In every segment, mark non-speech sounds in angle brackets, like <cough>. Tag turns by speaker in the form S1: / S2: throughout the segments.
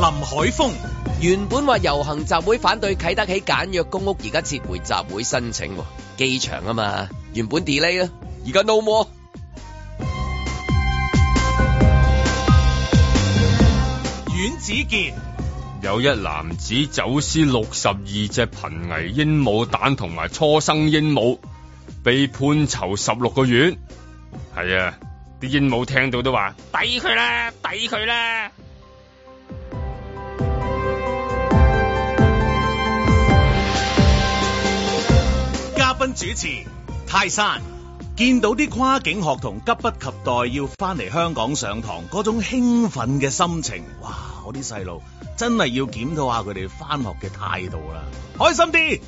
S1: 海風。
S2: 原本話遊行集會反對啟德起簡約公屋，而家撤回集會申請喎，機場啊嘛，原本 delay 啊，而家 no more。
S1: 阮子健、
S3: 有一男子走私六十二隻瀕危鸚鵡蛋同埋初生鸚鵡，被判囚十六個月。係啊，啲鸚鵡聽到都話：抵佢啦，抵佢啦！
S1: 嘉賓主持泰山，見到啲跨境學童急不及待要翻嚟香港上堂嗰種興奮嘅心情，哇！我啲細路真係要檢討下佢哋翻學嘅態度啦，開心啲，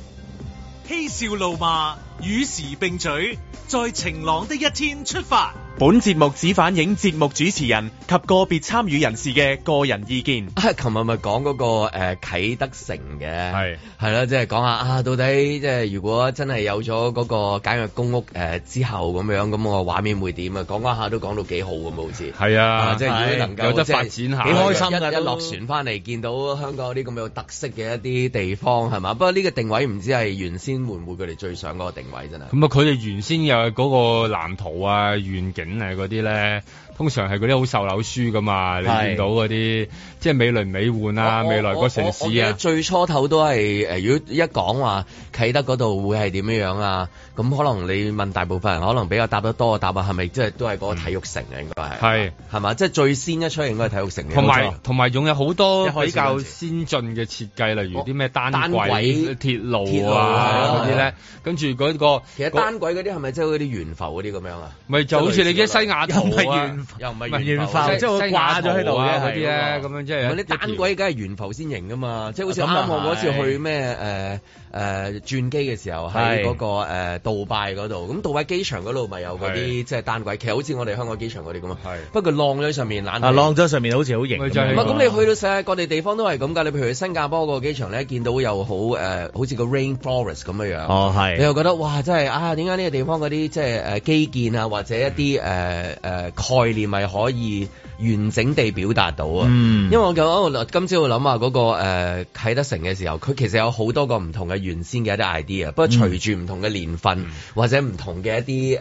S1: 嬉笑怒罵與時並舉，在晴朗的一天出發。
S4: 本節目只反映節目主持人及個別參與人士嘅個人意見。
S2: 啊！琴日咪講嗰個誒啟德城嘅，
S3: 係
S2: 係啦，即係講下啊，到底即係如果真係有咗嗰個簡約公屋誒之後咁樣，咁個畫面會點啊？講講下都講到幾好咁啊，好似
S3: 係啊，
S2: 即係如果能夠
S3: 有得
S2: 即係
S3: 發展下，
S2: 幾
S4: 開心㗎
S2: 一
S4: 都
S2: 一啊落船翻嚟見到香港有啲咁有特色嘅一啲地方係嘛？不過呢個定位唔知係原先會唔會佢哋最想嗰個定位真係。
S3: 咁啊，佢哋原先有嗰個藍圖啊、願景啊嗰啲咧，通常係嗰啲好售樓書噶嘛，你
S4: 係
S3: 見到嗰啲即係美輪美奐啊，
S2: 我
S3: 未來個城
S2: 我我我
S3: 市
S2: 記得
S3: 啊，
S2: 最初頭都係誒、呃如果一講話啟德嗰度會係點樣樣啊？咁可能你問大部分人，可能比較答得多嘅答案係咪即係都係嗰個體育城啊？應該係
S3: 係
S2: 係嘛？即係最先一出嚟應該係體育城嘅
S3: 同
S2: 冇
S3: 埋
S2: 錯
S3: 同埋仲有好多
S4: 一開始
S3: 比較
S4: 嗰陣時
S3: 先進嘅設計，例如啲咩單
S2: 單軌
S3: 軌鐵
S2: 鐵
S3: 路
S2: 路啊
S3: 啊嗰啲咧，跟住嗰個
S2: 其實
S3: 嗰
S2: 單軌嗰啲係咪即係嗰啲懸浮嗰啲咁樣啊？
S3: 咪就好似你嘅西雅
S4: 又唔
S3: 圖
S4: 係
S3: 啊
S4: 懸。
S2: 又唔係
S4: 唔係
S2: 懸
S4: 懸
S2: 浮
S4: 浮，
S3: 西
S4: 即係會掛咗喺度嘅
S3: 西雅圖啊嗰
S4: 係嗰
S3: 啲咧，
S4: 個
S3: 咁樣即
S2: 唔
S3: 係
S2: 係你單
S3: 一條
S2: 軌梗係懸浮先型噶嘛，即係好似啱
S4: 啊咁啊
S2: 啱我嗰次
S4: 係
S2: 去咩誒誒轉機嘅時候，喺
S4: 係
S2: 嗰個誒杜拜嗰度，咁杜拜機場嗰度咪有嗰啲
S3: 係
S2: 即係單軌，其實好似我哋香港機場嗰啲咁啊
S3: 係，
S2: 不過浪咗喺上面懶
S4: 啊，晾咗上面好似好型
S3: 咪
S4: 咁
S3: 就係
S2: 唔
S4: 樣。
S2: 係
S3: 咯
S2: 咁，你去到世界各地地方都係咁㗎。你譬如去新加坡個機場咧，見到又好誒、呃好似個 rain forest 咁樣樣。
S4: 哦
S2: 你
S4: 係，
S2: 又覺得哇，真係啊，點解呢個地方嗰啲即係誒基建啊，或者一啲誒誒概念係可以完整地表達到啊？
S4: 嗯
S2: 因為我咁我今朝諗下嗰個誒啟德城嘅時候，佢其實有好多個唔同嘅原先嘅一啲 idea，不過隨住唔同嘅年份、或者唔同嘅一啲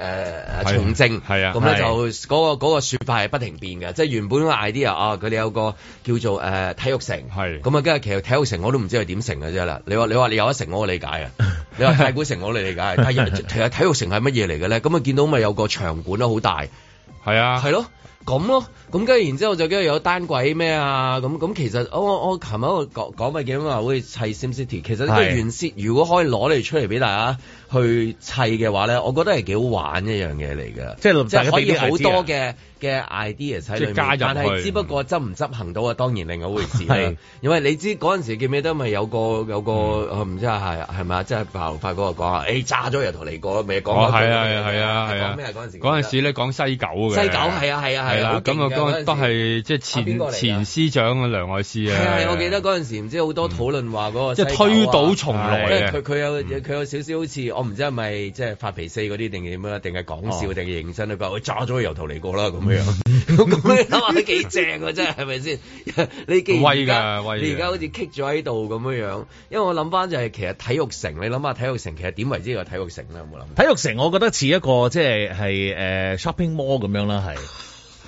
S2: 誒誒從政，
S3: 係啊
S2: 咁咧
S4: 嗯係
S2: 就嗰個嗰個説法係不停變嘅，即係原本個 idea 啊，佢哋有個叫做誒體育城，
S3: 係
S2: 咁啊，跟住其實體育城我都唔知佢點成嘅啫啦。你話你話你有一城我好理解
S3: <laughs>
S2: 啊，你話太古城我理理解，但係其實體育城係乜嘢嚟嘅咧？咁啊見到咪有個場館咯，好大。
S3: 係啊，
S2: 係咯，咁咯，咁跟住然之後就跟住有單軌咩啊，咁咁其實我我我琴日我講講咪幾話好似砌 SimCity，其實呢個
S4: 係
S2: 原先如果可以攞嚟出嚟俾大家去砌嘅話咧，我覺得係幾好玩一樣嘢嚟嘅，
S4: 即係
S2: 即係可以
S4: 大家
S2: 好
S4: 俾啲 idea
S2: 多嘅嘅 idea 喺裏面，
S3: 即係加
S2: 但
S3: 入
S2: 係
S3: 去
S2: 只不過執唔執行到啊，當然另外一回事
S3: <laughs>
S2: 啦
S4: 係。
S2: 因為你知嗰陣時記唔記得咪有個有個
S3: 嗯
S2: 我唔知係係咪啊，即係白龍發哥講啊，誒炸咗又同你講，未講嗰
S3: 哦
S2: 句
S3: 係啊係啊係啊係
S2: 講
S3: 啊
S2: 咩啊嗰陣時記唔記得？
S3: 嗰陣時咧講西九嘅，
S2: 西九係啊係啊係
S3: 係
S2: 啊好
S3: 啦，咁
S2: 勁㗎
S3: 啊
S2: 嗰陣時
S3: 嗰都係即係
S2: 啊邊個嚟
S3: 前
S2: 㗎
S3: 前司長啊梁愛詩啊，
S2: 係啊，係我記得嗰陣時唔知好多討論話嗰個
S3: 即係推倒重
S2: 因
S3: 來啊嗯
S2: 為
S3: 嘅
S2: 佢，佢有佢有少少好似我唔知係咪即係發脾氣嗰啲定係點樣，定係講笑
S4: 哦
S2: 定係認真佢話我炸咗個油頭嚟過啦咁樣，
S3: 嗯
S2: 咁你諗下都幾正啊真係係咪先？ <laughs> 你既然而家
S3: 威㗎威㗎
S2: 你而家好似棘咗喺度咁樣樣，因為我諗翻就係其實體育城，你諗下體育城其實點為之個體育城咧？有冇諗？
S4: 體育城我覺得似一個即係係誒 shopping mall 咁樣啦，係。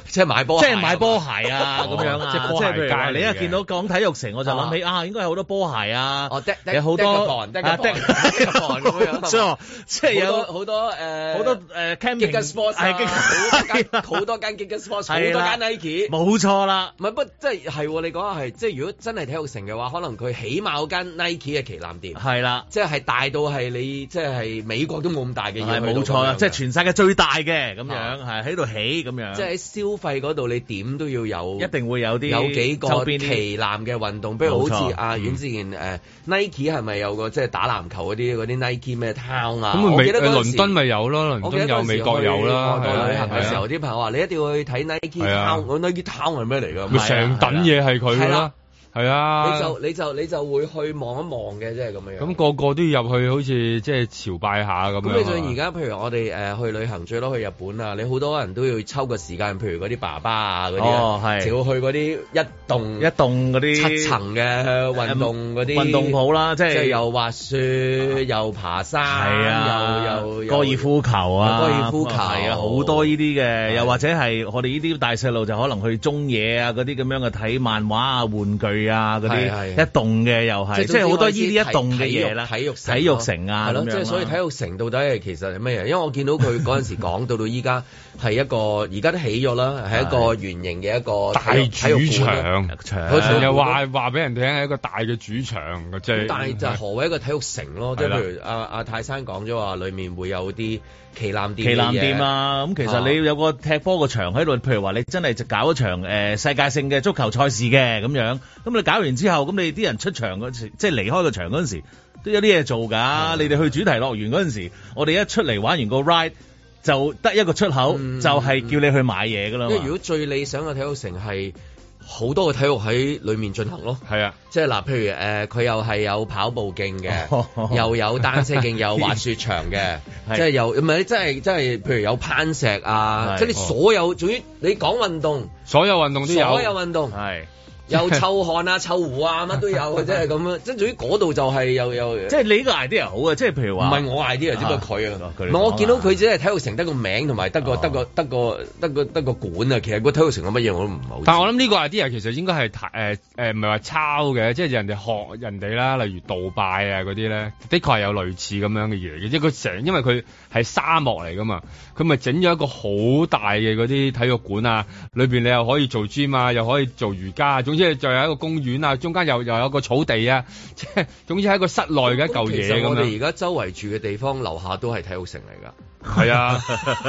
S2: 即係買波，
S4: 即係買波。鞋
S2: <laughs>
S4: 啊
S3: 哦
S4: 咁樣啊，
S3: 即係波
S4: 係譬如話
S3: 鞋街嚟嘅
S4: 你一見到講體育城，我就諗起啊，應該有好多波鞋啊
S2: 哦，的的
S4: 有好多
S2: 的
S4: 啊
S2: 嘅 <laughs> 房的嘅房的嘅房咁樣係
S4: <laughs>
S2: 嘛
S4: 即係即係
S2: 好多
S4: 有
S2: 好多誒，
S4: 好多誒 camping
S2: Giga Sports 啊
S4: 係 Giga-
S2: 好多間 <laughs> 好多間 Giga Sports，好
S4: 係啦
S2: 多間 Nike。
S4: 冇錯啦，
S2: 唔係，不即係係喎你講下係，即係如果真係體育城嘅話，可能佢起碼有間 Nike 嘅旗艦店，
S4: 係啦，
S2: 即係大到係你即係美國都冇咁大嘅
S4: 係
S2: 嘢去到
S4: 冇
S2: 咁
S4: 錯啦，
S2: 樣
S4: 即係
S2: 嘅
S4: 全世界最大嘅咁
S2: 啊
S4: 樣，係喺度起咁樣，
S2: 即係喺消費嗰度，你點都要有
S4: 一定會有啲
S2: 有幾個
S4: 周邊啲
S2: 旗艦嘅運動，譬如好
S4: 冇
S2: 似
S4: 錯嗯
S2: 阿阮之前誒 Nike 係咪有個即係打籃球嗰啲嗰啲 Nike 咩 town 啊？
S3: 咁啊
S2: 我
S3: 美
S2: 記得嗰陣時
S3: 倫敦咪有咯，
S2: 我
S3: 倫
S2: 記得
S3: 敦
S2: 嗰
S3: 有
S2: 陣時
S3: 美國有啦，
S2: 去外國旅行
S3: 係啊
S2: 嘅時候，啲朋友話你一定要去睇 Nike
S3: 係啊
S2: Town，我 Nike Town 係咩嚟㗎？
S3: 啊
S2: 啊
S3: 咪成等嘢係佢
S2: 係
S3: 㗎
S2: 啦
S3: 啦，係啊，
S2: 你就你就你就會去望一望嘅，即係咁樣樣。
S3: 咁個個都要入去，好似即係朝拜下咁樣。啊
S2: 咁你最而家，譬如我哋誒、呃去旅行最多去日本啊，你好多人都要抽個時間，譬如嗰啲爸爸啊嗰啲啊，
S4: 哦係
S2: 就要去嗰啲一棟
S4: 一棟嗰啲嗯
S2: 七層嘅運動嗰啲
S4: 運動鋪啦，即
S2: 即係
S4: 係
S2: 又滑雪、又爬山、
S4: 係啊，
S2: 又又
S4: 高爾夫球啊，
S2: 高爾夫球
S4: 係啊，好多呢啲嘅，
S2: 係
S4: 又或者係我哋呢啲大細路就可能去中野啊嗰啲咁樣嘅睇漫畫啊、玩具啊嗰
S2: 係
S4: 啲
S2: 係
S4: 一棟嘅又啊係，即係好多呢啲一棟嘅嘢啦，
S2: 體育
S4: 體育城啊
S2: 係咯，
S4: 咁樣
S2: 即
S4: 啦
S2: 係所以體育城到底係其實係乜嘢？因為我見到佢嗰陣時講到到依家係一個，而家都起咗啦，係一個圓形嘅一
S4: <laughs>
S2: 個
S3: 大
S4: 啊
S2: 體育
S3: 主
S2: 體育館啦啊
S3: 場，
S4: 場
S2: 嗰場
S3: 又話話俾人聽係一個大嘅主場嘅，即係。
S2: 但係就何謂一個體育城咯？即係
S3: 係啦
S2: 譬如阿阿泰山講咗話，裡面會有啲旗艦店嘅嘢、
S4: 旗艦店啊，咁其實你有個踢波個場喺度，譬如話你真係就搞一場誒、呃世界性嘅足球賽事嘅咁樣，咁你搞完之後，咁你啲人出場嗰時，即係離開個場嗰陣時，都有啲嘢做
S2: 啊
S4: 㗎。你哋去主題樂園嗰陣時，我哋一出嚟玩完個 ride 就得一個出口，
S2: 嗯
S4: 就係叫你去買嘢㗎啦嘛
S2: 因為如果最理想嘅體育城係好多嘅體育喺裡面進行咯。
S3: 係啊，
S2: 即係嗱，譬如誒，呃佢、又係有跑步徑
S3: 哦
S2: 嘅， <laughs> 又有單車徑，又
S3: <laughs>
S2: 有滑雪場嘅，
S4: 係
S2: 即係又唔係，即係即係譬如有攀石啊，
S4: 係
S2: 即係你所有，總之你講運動，
S3: 所有運動都有。
S2: 所有運動，
S4: 係。
S3: <laughs>
S2: 有臭汗啊、臭湖啊，乜都有嘅，即係咁啊 <laughs> 樣，即係總之嗰度就係又有。
S4: 即係你呢個 idea 好啊！即係譬如
S2: 唔
S4: 話，
S2: 係我 idea，只不過佢啊
S4: 啊。
S2: 唔
S4: 佢嚟
S2: 係
S4: 講
S2: 我
S4: 啊
S2: 見到佢只係體育城得個名，同埋得
S3: 嗯
S2: 個
S4: 哦
S2: 得個得個得個得個館啊。其實個體育城有乜嘢我都唔係好知。
S3: 但我諗呢個 idea 其實應該係誒誒，唔係話抄嘅，即係人哋學人哋啦，例如杜拜啊嗰啲咧，的確係有類似咁樣嘅嘢嘅，即係佢成因為佢係沙漠嚟噶嘛，佢咪整咗一個好大嘅嗰啲體育館啊，裏邊你又可以做 gym 啊，又可以做瑜伽啊，總之就有一個公園啊，中間又又有一個草地啊，即係 <laughs> 總之係一個室內嘅一嚿
S2: 其實
S3: 嘢
S2: 我
S3: 咁
S2: 哋而
S3: 樣。
S2: 家周圍住嘅地方樓下都係體育城嚟㗎。
S3: 係
S2: <laughs>
S3: 啊，<laughs>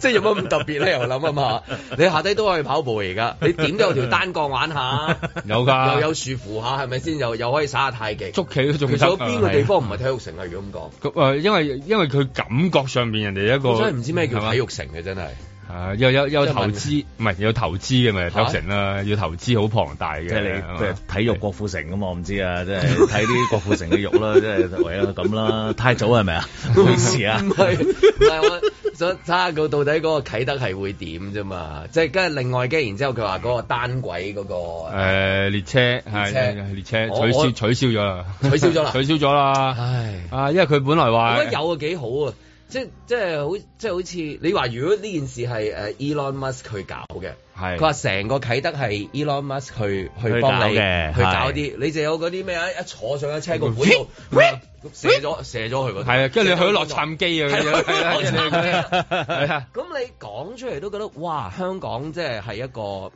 S2: 即係有乜咁特別咧？又諗啊嘛，你下低都可以跑步而家，你點都有條單槓玩下，
S3: 有㗎
S2: 又有樹扶下，係咪先？又又可以耍下太極。
S3: 捉棋都仲
S2: 其
S3: 得
S2: 實有
S3: 啊。
S2: 邊個地方唔係體育城啊？如果
S3: 咁誒，因為因為佢感覺上面人哋一
S2: 咁講，
S3: 個嗯
S2: 我真係唔知咩
S3: 係
S2: 叫
S3: 嘛
S2: 體育城嘅，真係。
S3: 啊！又有有
S2: 即係
S3: 投
S2: 問
S3: 資，唔係有投資嘅咪
S2: 嚇
S3: 有成啦，要投資好龐大嘅。
S4: 即係你
S3: 係嘛
S4: 即係體育郭富城咁，我唔知
S3: <laughs>
S4: 啊，即係睇啲郭富城嘅肉啦，即係唯有咁啦。太早係咪
S2: <laughs>
S4: 啊？唔好意思啊 <laughs>
S2: 唔。係唔係，我想睇下佢到底嗰個啟德係會點啫嘛。即係跟住另外跟住然之後佢話嗰個單軌嗰個
S3: 誒列車係係列車
S2: 我
S3: 取消
S2: 我
S3: 取消咗啦，
S2: 取消咗啦
S3: <laughs> 取消咗啦。
S2: 唉。
S3: 啊，因為佢本來話
S2: 我覺得有啊幾好啊！即即係好即係好似你話，如果呢件事係誒 Elon Musk 佢搞嘅，
S3: 係
S2: 佢話成個啟德係 Elon Musk 去去
S4: 去
S2: 幫
S4: 搞
S2: 你
S4: 嘅
S2: 去搞
S4: 係
S2: 啲，你就有嗰啲咩啊？一坐上一車個本度，啊射咗射咗去嗰度，
S3: 係啊，跟住你去咗洛
S2: 杉
S3: 杉磯啊，
S2: 係啊
S3: 係啊係啊
S2: 洛杉磯
S3: 係啊，係啊，
S2: <laughs> 咁你講出嚟都覺得哇！香港即係係一個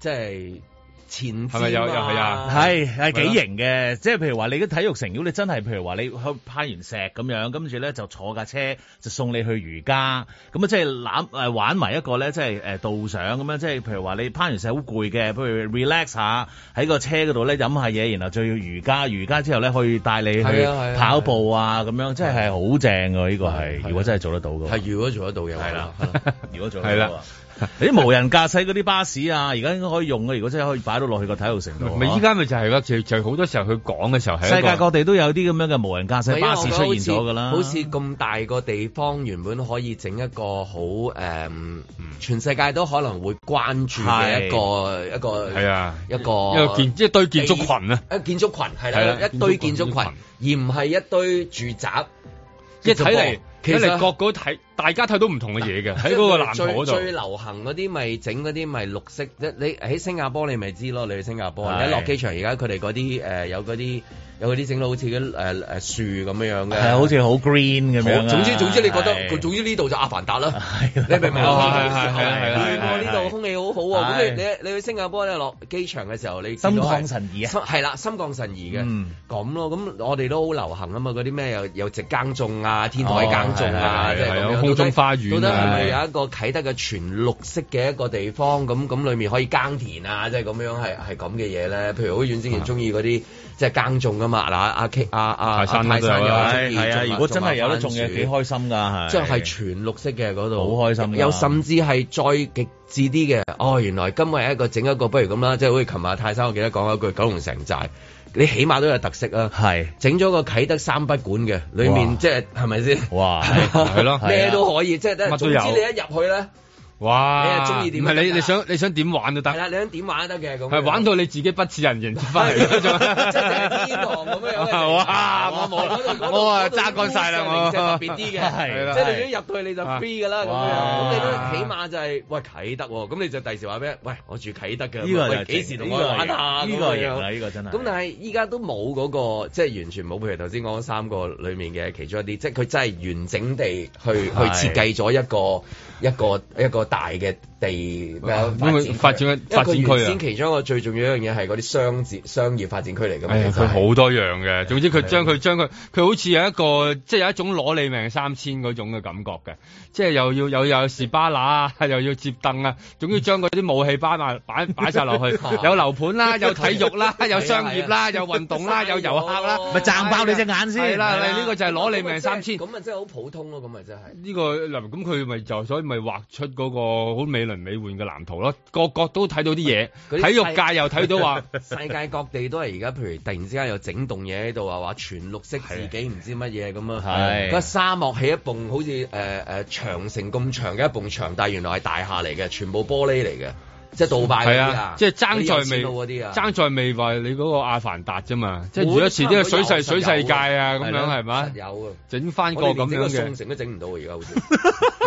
S2: 即係前
S3: 係咪有
S2: 瞻
S3: 又係啊
S4: 係係幾型嘅，即係譬如話你啲體育城，如果你真係譬如話你去攀完石咁樣，跟住咧就坐架車就送你去瑜伽，咁啊即係攬誒玩埋一個咧，即係誒導賞咁樣，即係譬如話你攀完石好攰嘅，譬如 relax 下喺個車嗰度咧飲下嘢，然後再要瑜伽，瑜伽之後咧可以帶你
S2: 係
S4: 去
S2: 啊係啊
S4: 跑步啊咁樣，即係係好正㗎呢個係，如果真係做得到嘅話。
S2: 係如果做得到嘅話，
S4: 係啦
S2: 係啦
S4: <laughs> 如果做
S3: 係
S4: 得
S3: 啦
S4: 到啊你 <laughs> 啲無人駕駛嗰啲巴士啊，而家應該可以用嘅。如果真係可以擺到落去個體育城度，
S3: 咪
S4: 啊
S3: 依家咪就係咯，就就好多時候佢講嘅時候係
S4: 世
S3: 一
S4: 界
S3: 個
S4: 各地都有啲咁樣嘅無人駕駛
S2: 係啊
S4: 巴士出現咗㗎啦，
S2: 我覺得好似好似咁大個地方，原本可以整一個好誒、嗯全世界都可能會關注嘅一個一個
S3: 係啊，
S2: 一
S3: 一個
S2: 個
S3: 建一堆建築群啊，
S2: 一建築群係
S3: 係
S2: 啦，
S3: 啦
S2: 一堆建
S3: 建築
S2: 築群，
S3: 群
S2: 而唔係一堆住宅。
S3: 一睇嚟
S2: 其
S3: 睇
S2: 實
S3: 嚟各個睇大家睇到唔同嘅嘢嘅喺嗰個藍圖嗰
S2: 最最
S3: 度。
S2: 流行嗰啲咪整嗰啲咪綠色，即你喺新加坡你咪知咯，你去新加坡，啊
S4: 係
S2: 你一落機場而家佢哋嗰啲誒有嗰啲有嗰啲整到好似嗰啲誒誒樹咁樣樣嘅，
S4: 係啊好似好 green 咁樣
S2: 好
S4: 啊。
S2: 總之總之，你覺得
S4: 係
S2: 佢總之呢度就阿凡達啦，
S4: 係啦
S2: 你明唔明
S3: 哦
S2: 啊？
S3: 係係係係係
S2: 我呢度空氣好好啊！
S4: 係
S2: 咁你你你去新加坡咧落機場嘅時候，你
S4: 心
S2: 見到係
S4: 曠神怡啊
S2: 心係啦，心曠神怡嘅
S4: 嗯
S2: 咁咯。咁我哋都好流行啊嘛，嗰啲咩又又直耕種啊，天台耕種啊，
S4: 哦係係
S2: 即係
S3: 係
S2: 咁
S3: 有
S2: 樣
S3: 空中
S2: 到底
S3: 花園啊
S2: 到底係咪有一個啟德嘅全綠色嘅一個地方？咁咁裡面可以耕田啊，即係咁樣係係咁嘅嘢咧。譬如好似阮之前中意嗰啲即係耕種噶嘛。嗱，阿 K 阿
S4: 啊
S2: 阿阿
S3: 泰山
S2: 啊泰
S3: 都
S2: 山
S3: 有
S2: 又
S3: 啊
S2: 中
S4: 係
S2: 意
S4: 係啊！
S2: 種
S4: 哎如果真係有得種
S2: 番
S4: 嘅，
S2: 薯
S4: 幾開心啊㗎，係
S2: 即係全綠色嘅嗰度，
S4: 好開心㗎
S2: 有甚至係再極致啲嘅，哦，原來今日一個整一個，不如咁啦，即係好似琴日泰山，我記得講一句九龍城寨，你起碼都有特色啊！
S4: 係
S2: 整咗個啟德三不管嘅，裡
S4: 哇
S2: 面即係係咪先？
S4: 哇，
S2: <laughs>
S3: 係咯
S4: 啊
S2: 咩都可以，即係
S3: 乜
S2: 總
S3: 都
S2: 之
S3: 有
S2: 你一入去咧，
S3: 哇！
S2: 你係中意點啊
S3: 唔
S2: 都得
S3: 係你
S2: 㗎
S3: 你想你想點玩都
S2: 係
S3: 得，
S2: 啦，你想點玩都得嘅咁樣。
S3: 係玩到你自己不似人形 <laughs> 翻
S2: 係
S3: 嚟嗰
S2: 即
S3: 種
S2: 係天堂咁樣嘅。
S3: 啊哇！我
S2: 嗰度嗰度
S3: 冇我啊
S2: 嗰度
S3: 揸乾晒啦我。
S2: 即係特別啲
S3: <laughs>
S4: 係
S2: 嘅，
S4: 啦
S2: 即係你已經入到去你就 free 㗎啦咁
S4: 哇
S2: 樣，咁你都起碼就係喂啟德喎，咁你就第時話咩？喂，我住啟德㗎，
S4: 呢個
S2: 喂
S4: 就
S2: 幾時同我玩下
S4: 呢
S2: 咁
S4: 個
S2: 樣
S4: 型
S3: 啊
S4: 啦，呢個真係。
S2: 咁但係依家都冇嗰、個，即係完全冇。譬如頭先講三個裡面嘅其中一啲，即係佢真係完整地去去
S4: 係
S2: 設計咗一個一個一個大嘅地咩啊
S3: 因為
S2: 發
S3: 發
S2: 展區
S3: 展發展區
S2: 因為佢
S3: 啊
S2: 原先其中一個最重要一樣嘢係嗰啲商業商業發展區嚟㗎嘛。
S3: 哎呀，
S2: 其實係，
S3: 佢好多樣嘅，總之佢
S4: 啊
S3: 將佢將佢，佢好似有一個即係有一種攞你命三千嗰種嘅感覺嘅，即係又要又有士巴拿啊， <laughs> 又要接凳啊，總之將嗰啲武器擺埋擺擺曬落去
S2: <laughs>
S3: 有樓盤啦，有體育啦，有商業
S2: 哦係啊啊
S3: 啦，有運動啦，有遊客啦，
S4: 咪掙爆你隻眼先
S3: 係啦，
S4: 係啊
S3: 呢個就係攞你命三千。
S2: 咁咪真係好普通咯，咁咪真係。
S3: 呢、個嗱，咁佢咪就所以咪畫出嗰個好美輪美奐嘅藍圖咯，個個都睇到啲嘢，
S2: 嗰啲
S3: 體育界又睇到話
S2: 世 <laughs> 界各地都係而家，譬如突然之間有整棟嘢喺度啊，話全綠色自己唔知乜嘢咁啊
S4: 係，
S2: 個沙漠起一埲好似誒誒長城咁長嘅一埲牆，但係原來係大廈嚟嘅，全部玻璃嚟嘅，即係杜拜嗰
S3: 係
S2: 啲
S3: 啊
S2: 啊，，
S3: 即係爭
S2: 嗰啲有
S3: 在
S2: 錢
S3: 未
S2: 佬嗰啲啊，
S3: 爭在未話你嗰個阿凡達啫嘛，即係
S2: 冇
S3: 如果遲啲嘅水世
S2: 差唔多有
S3: 水世界啊
S2: 實
S3: 咁
S2: 有
S3: 樣係嘛
S2: 實，有啊。
S3: 整翻個
S2: 我哋
S3: 咁
S2: 連整個宋
S3: 樣嘅。
S2: 城都整唔到啊！而家好似，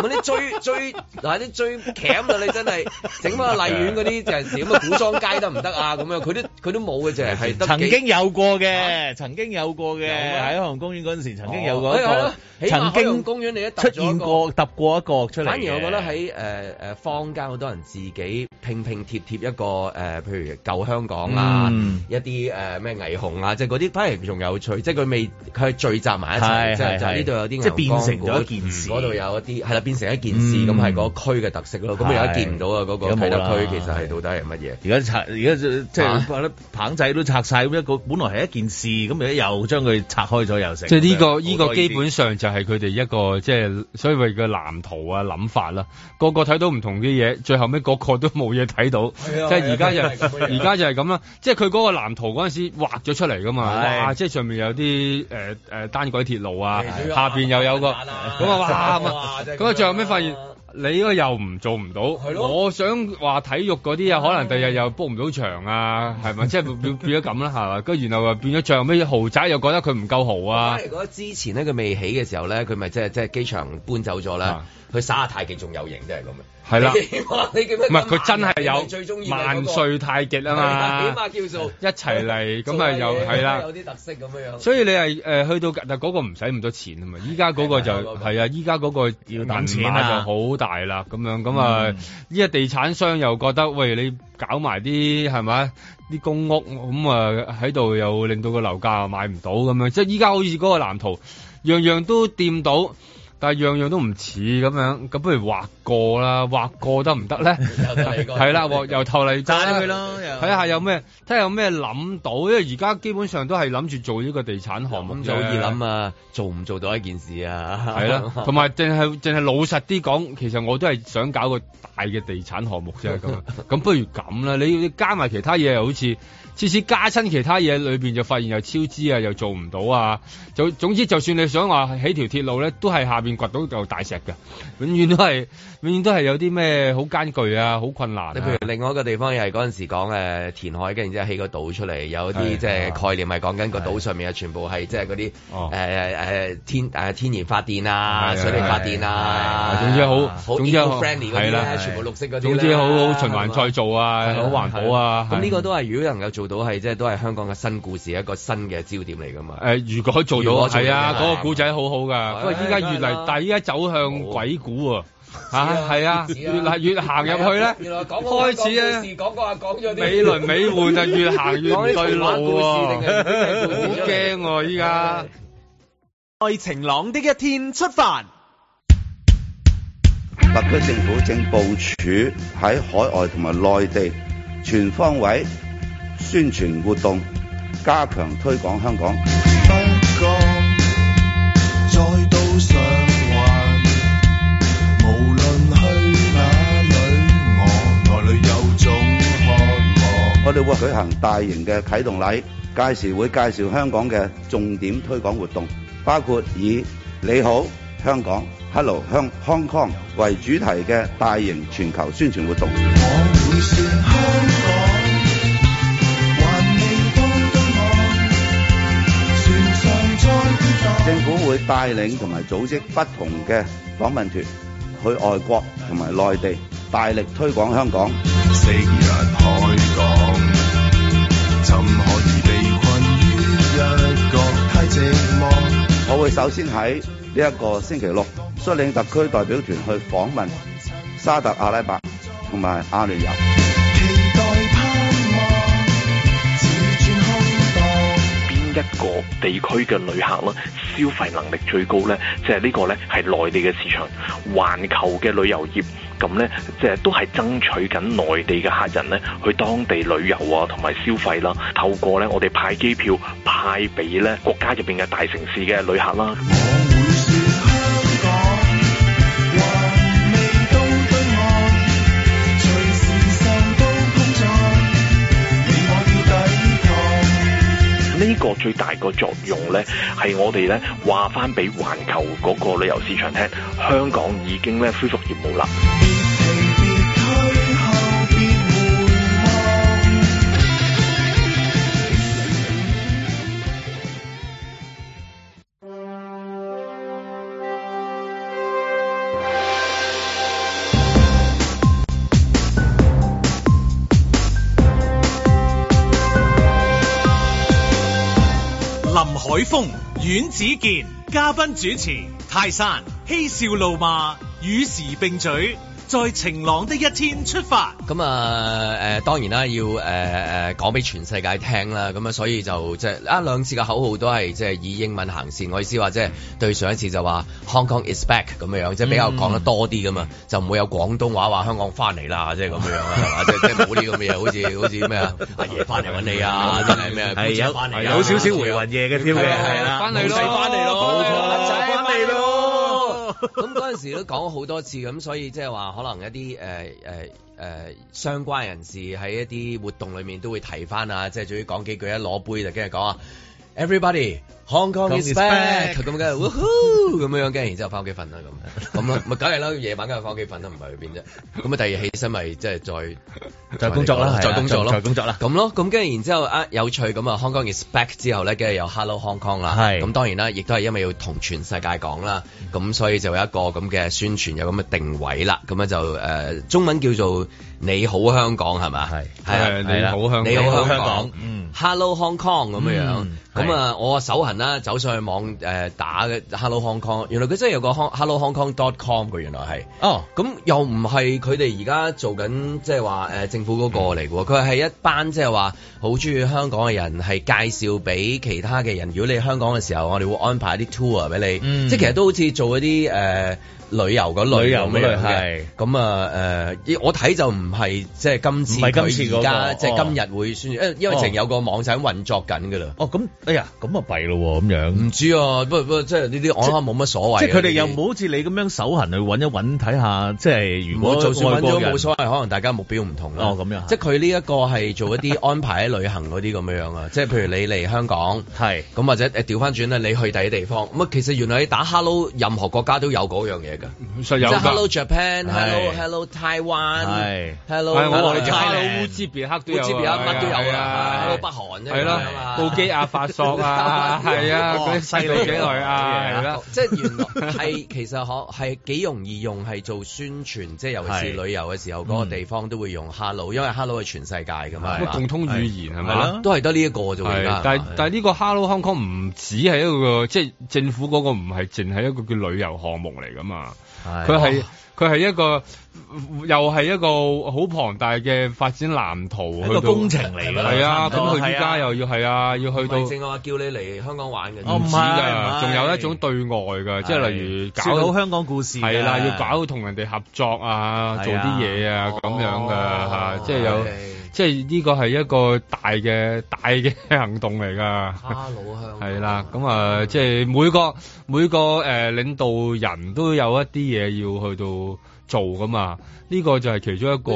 S2: 唔啊係你最
S3: <laughs>
S2: 最嗱啲最鉗啦！啊你真係整翻個麗苑嗰啲就係時咁啊，古裝街得唔
S4: <laughs>
S2: 得啊？咁樣佢都佢都冇嘅，就係係得
S4: 曾
S2: 幾
S4: 經有過嘅，曾經有過嘅，
S2: 有咩
S4: 喺海洋公園嗰陣時曾經有過一
S2: 哦
S4: 個
S2: 哎係咯，起碼
S4: 曾
S2: 海洋
S4: 經
S2: 公園你都
S4: 出現過揼過一個出嚟嘅。
S2: 反而我覺得喺誒誒坊間好多人自己拼拼貼貼一個誒、呃譬如舊香港啊，
S4: 嗯
S2: 一啲誒咩霓虹啊，即係嗰啲反而仲有趣，即係佢未佢係聚集埋一齊，
S4: 係
S2: 即係
S4: 係
S2: 就係呢度有啲
S4: 係即係變成
S2: 牛江
S4: 咗一件事
S2: 嗰嗰度有一啲係啦，變成一件事咁
S4: 嗯
S2: 係嗰區嘅特色咯。咁而家
S4: 係
S2: 見唔到啊，嗰個
S4: 而家
S2: 啟
S4: 冇啦
S2: 德區其實係到底係乜嘢？
S4: 而家拆，而家就即
S2: 啊
S4: 係覺得棒仔都拆晒咁一個，本來係一件事，咁而家又將佢拆開咗又成。
S3: 即係呢
S4: 好
S3: 個
S4: 多
S3: 呢個基
S4: 呢
S3: 本上就係佢哋一個即係所謂嘅藍圖啊諗法啦，個個睇到唔同嘅嘢，最後尾個個都冇嘢睇到，即
S2: 係啊
S3: 係而家就
S2: 係啊係啊係啊
S3: 而家就係咁啦。即係佢嗰個藍圖嗰陣時畫咗出嚟噶嘛，
S4: 係
S3: 哇！即係上面有啲呃誒誒單軌鐵路啊
S2: 係，
S3: 下邊又有個咁
S2: 蛋啊
S3: 啊哇咁
S2: 哇
S3: 啊，
S2: 真係
S3: 咁啊最後尾
S2: 咁樣啊
S3: 發現。你嗰個又唔做唔到，
S2: 係咯
S3: 我想話體育嗰啲啊，可能第日又 book 唔到場啊，係咪？即係變變咗咁啦，係嘛？跟住然後又變咗最後尾豪宅又覺得佢唔夠豪啊
S2: 反而。覺得之前咧，佢未起嘅時候咧，佢咪即係即係機場搬走咗啦
S3: 啊。
S2: 佢耍下太極仲有型，真係咁啊！
S3: 係啦
S2: <laughs> 你起碼你叫咩？
S3: 唔係佢真係
S2: 你最中意
S3: 有
S2: 嘅嗰個
S3: 萬歲太極啊
S2: 係
S3: 嘛，
S2: 啦 <laughs> 起碼叫做
S3: 一齊
S2: <laughs>
S3: 嚟咁啊又
S2: 做下嘢
S3: 係啦
S2: 有啲特色咁樣樣。
S3: 所以你係誒、呃去到但嗰個唔使咁多錢啊嘛，依家嗰個就
S2: 係啊嗰個
S3: 係啊，依家嗰個要
S4: 等
S3: 銀
S4: 錢
S3: 碼
S4: 啊
S3: 就好大啦，咁樣咁啊
S4: 嗯，
S3: 依家、地產商又覺得喂你搞埋啲係咪啲公屋咁啊喺度又令到個樓價又買唔到咁啊樣，即係依家好似嗰個藍圖樣樣都掂到。但係樣樣都唔似咁樣，咁不如畫過啦，畫過得唔得咧？
S2: 由頭嚟過
S3: 係啦，由由頭嚟過啦
S4: 炸咗佢咯，又
S3: 睇下有咩，睇下有咩諗到，因為而家基本上都係諗住做呢個地產項目
S2: 咁
S3: 啫
S2: 就好易諗，啊，做唔做到一件事啊？
S3: 係
S2: <laughs>
S3: 啦，同埋淨係淨係老實啲講，其實我都係想搞個大嘅地產項目啫
S2: <laughs>
S3: 咁，啊咁不如咁啦，你你加埋其他嘢又好似次次加親其他嘢裏邊就發現又超支啊，又做唔到啊，就總之就算你想話起條鐵路咧，都係下邊掘到嚿大石嘅，永遠都係永遠都係有啲咩好艱巨啊，好困難啊、
S2: 你譬如另外一個地方又係嗰陣時講誒填海，跟住然之後起個島出嚟，有啲
S3: 係啊
S2: 即係概念係講緊個
S4: 係
S2: 島上面啊，全部係即係嗰啲誒
S3: 哦
S2: 誒天誒天然發電啊、
S3: 係係
S2: 水力發電啊，
S3: 係總之好
S2: 好
S3: 總之好
S2: friendly 嗰啲
S3: 係啦
S2: 咧，全部綠色嗰啲
S3: 總
S2: 呢
S3: 之好好循環再造啊，
S2: 係
S3: 好環保啊。
S2: 咁呢
S3: 係
S2: 個都係如果能夠做到係即係都係香港嘅新故事一個新嘅焦點嚟㗎嘛。
S3: 誒，如果做到
S2: 如果做到
S3: 係啊，
S2: 係
S3: 嗰個古仔好好噶。
S2: 係
S3: 不過依家
S2: 梗
S3: 越
S2: 係啦
S3: 嚟，但係依家走向鬼故啊，嚇係啊，
S2: 知啊
S3: 越嚟越行入去咧，
S2: 原來講個
S3: 開始
S2: 故
S3: 咧
S2: 事講過話講咗啲
S3: 美輪美奐啊，越行越唔
S2: 講啲
S3: 對
S2: 童
S3: 路
S2: 話故事定
S3: 喎，
S2: 係咩故事啊
S3: 好
S2: 出嚟
S3: 驚喎依家。
S5: 在晴朗的一天出發。
S6: 特區政府正部署喺海外同埋內地全方位宣傳活動，加強推廣香港。
S7: 北角，再到上環，無論去哪裏，我內裏有種渴望。
S6: 我哋會舉行大型嘅啟動禮，屆時會介紹香港嘅重點推廣活動，包括以你好香港、Hello 香 Hong Kong 為主題嘅大型全球宣傳活動。
S7: 我會說香港，還未到對岸，船上再跌撞。
S6: 政府會帶領同埋組織不同嘅訪問團去外國同埋內地，大力推廣香港。
S7: 昔日海港，怎可以被困於一角？太寂寞。
S6: 我會首先喺呢一個星期六率領特區代表團去訪問沙特阿拉伯同埋阿聯酋。
S7: 期待盼望，自轉空蕩。
S8: 邊一個地區嘅旅客啦，消費能力最高呢？即係呢個呢，係內地嘅市場，環球嘅旅遊業咁呢，即係都係爭取緊內地嘅客人呢去當地旅遊啊，同埋消費啦。透過呢，我哋派機票派俾呢國家入邊嘅大城市嘅旅客
S7: 我
S8: 啦。
S7: 會説香港，還未到對岸，隨時受到碰撞，你我要抵抗。
S8: 呢個最大個作用呢，係我哋呢話翻俾環球嗰個旅遊市場聽，香港已經呢恢復業務啦。
S7: 別停，別退後，別回望。
S1: 林海峰、阮子健，嘉賓主持泰山，嬉笑怒罵，與時並舉，在晴朗的一天出發。
S2: 咁啊誒當然啦，要誒誒講俾全世界聽啦。咁啊，所以就即係啊兩次嘅口號都係即係以英文行先。我意思話即係對上一次就話 Hong Kong is back 咁樣樣，即係比較講得多啲噶嘛，就唔會有廣東話話香港翻嚟啦，即係咁樣樣啦，係嘛？即係即係冇呢咁嘅嘢，好似好似咩啊阿爺翻嚟揾你 <laughs> 啊，真係咩啊？姑姐返嚟啊
S4: 有少少回魂夜嘅添嘅，
S2: 係啦
S9: 翻嚟咯，
S2: 冇使返嚟
S9: 冇
S2: 咯
S9: 錯啦
S2: 阿仔
S9: 翻嚟咯。
S2: <laughs> 咁嗰陣時都講咗好多次，咁所以即係話可能一啲呃誒誒誒呃相關人士喺一啲活動裏面都會提翻啊，即係總之講幾句一攞杯就跟住講啊，everybody。Hong Kong is back 咁跟住，哇呼咁樣，跟住然之後翻屋企瞓啦咁，咁咯，咪梗係啦，夜晚梗係翻屋企瞓啦，唔係去邊啫？咁啊，第二日起身咪即係再
S4: 再工作啦係
S2: 再
S4: 啦
S2: 工作咯，
S4: 再再工作啦
S2: 咁咯，咁跟住然之後啊，有趣咁啊，Hong Kong is back 之後咧，跟住有 Hello Hong Kong 啦，
S4: 係
S2: 咁當然啦，亦都係因為要同全世界講啦，咁所以就有一個咁嘅宣傳，有咁嘅定位啦，咁樣就誒、呃中文叫做你好香港係嘛？
S4: 係
S2: 係啊
S9: 誒
S2: 係啦
S9: 你好香港
S2: 你好
S4: 你
S2: 香
S4: 好香
S2: 港
S4: 港嗯
S2: ，Hello Hong Kong 咁樣樣
S4: 嗯，
S2: 咁啊我手痕啦，走上去網誒打嘅 Hello Hong Kong，原來佢真係有個 Hong- Hello Hong Kong dot com 嘅，原來係。
S4: 哦，
S2: 咁又唔係佢哋而家做緊，即係話誒政府嗰個嚟嘅喎，佢係一班即係話好中意香港嘅人，係介紹俾其他嘅人。如果你喺香港嘅時候，我哋會安排啲 tour 俾你，
S4: 嗯
S2: 即係其實都好似做一啲誒。呃旅遊嗰類
S4: 旅遊
S2: 咁
S4: 嗰類
S2: 樣嘅
S4: 係，
S2: 咁啊誒，我睇就唔係即係今次
S4: 唔係今次
S2: 佢而家
S4: 嗰個
S2: 即係今日會宣傳，因為因為
S4: 哦
S2: 淨有個網站運作緊㗎啦。
S4: 哦咁，哎呀，咁啊弊咯喎，咁樣。
S2: 唔知啊，不過不過即係呢啲我諗冇乜所謂啊。
S4: 即係佢哋
S2: 呢啲
S4: 又冇好似你咁樣手痕去揾一揾睇下，即係如
S2: 我
S4: 果
S2: 就算
S4: 外
S2: 揾
S4: 國
S2: 咗
S4: 人
S2: 冇所謂，可能大家目標唔同啦。
S4: 哦咁樣
S2: 即係佢呢一個係做一啲安排喺旅行嗰啲咁樣樣啊，即係譬如你嚟香港。
S4: 係
S2: 咁或者誒調翻轉咧，你去第啲地方咁啊，其實原來你打 hello 任何國家都有嗰樣嘢㗎，
S9: 實
S2: 即
S9: 有
S2: 係 hello
S9: 㗎。
S4: 係
S2: Japan，hello hello
S4: 係
S2: Taiwan，hello
S9: 係我話你
S2: Thailand
S9: hello 烏茲別克都有啊，
S2: 烏茲別克乜都有啊
S9: 係啊
S2: ，hello 北韓啫
S9: 係
S2: 咁樣啊
S9: 啦，布基亞法索
S2: <laughs>
S9: 啊，係啊，
S4: 哇
S9: 嗰啲細路幾耐啊，係啦。
S2: 哦即係原來係 <laughs> 其實可係幾容易用係做宣傳，即係尤其是
S4: 係
S2: 旅遊嘅時候，嗰個地方都會用 hello，因為 hello 係全世界㗎嘛，
S4: 係
S2: 係嘛
S9: 共通語言啊係
S4: 係
S9: 嘛？
S4: 啦，
S2: 都係得呢一個啫喎，而
S9: 係
S2: 家，
S9: 但係但係呢個 Hello Hong Kong 唔止係一個即係政府嗰個唔係淨係一個叫旅遊項目嚟噶嘛，
S4: 係
S9: 佢係佢係一個又係一個好龐大嘅發展藍圖，
S4: 一個工程嚟㗎啦
S9: 係啊，
S4: 差唔
S9: 咁
S4: 多
S9: 佢依家
S4: 係啊
S9: 又要係啊，要去
S2: 去
S9: 到
S2: 到淨係話叫你嚟香港玩嘅啫，
S4: 哦唔
S9: 止
S4: 係唔
S9: 㗎，
S4: 係
S9: 仲有一種對外㗎，即係例如
S4: 說好
S9: 搞。
S4: 香港故事㗎，
S9: 係啦，要搞同人哋合作啊，
S4: 係啊
S9: 做啲嘢啊，咁樣㗎
S2: 哦
S9: 嚇，即係有
S2: 係
S3: 即係呢個係一個大嘅 <laughs> 大嘅行動嚟㗎。
S2: 哈魯香
S3: 係啦，咁啊，即係每個每個誒、呃、領導人都有一啲嘢要去到做噶嘛，呢、個就係其中一個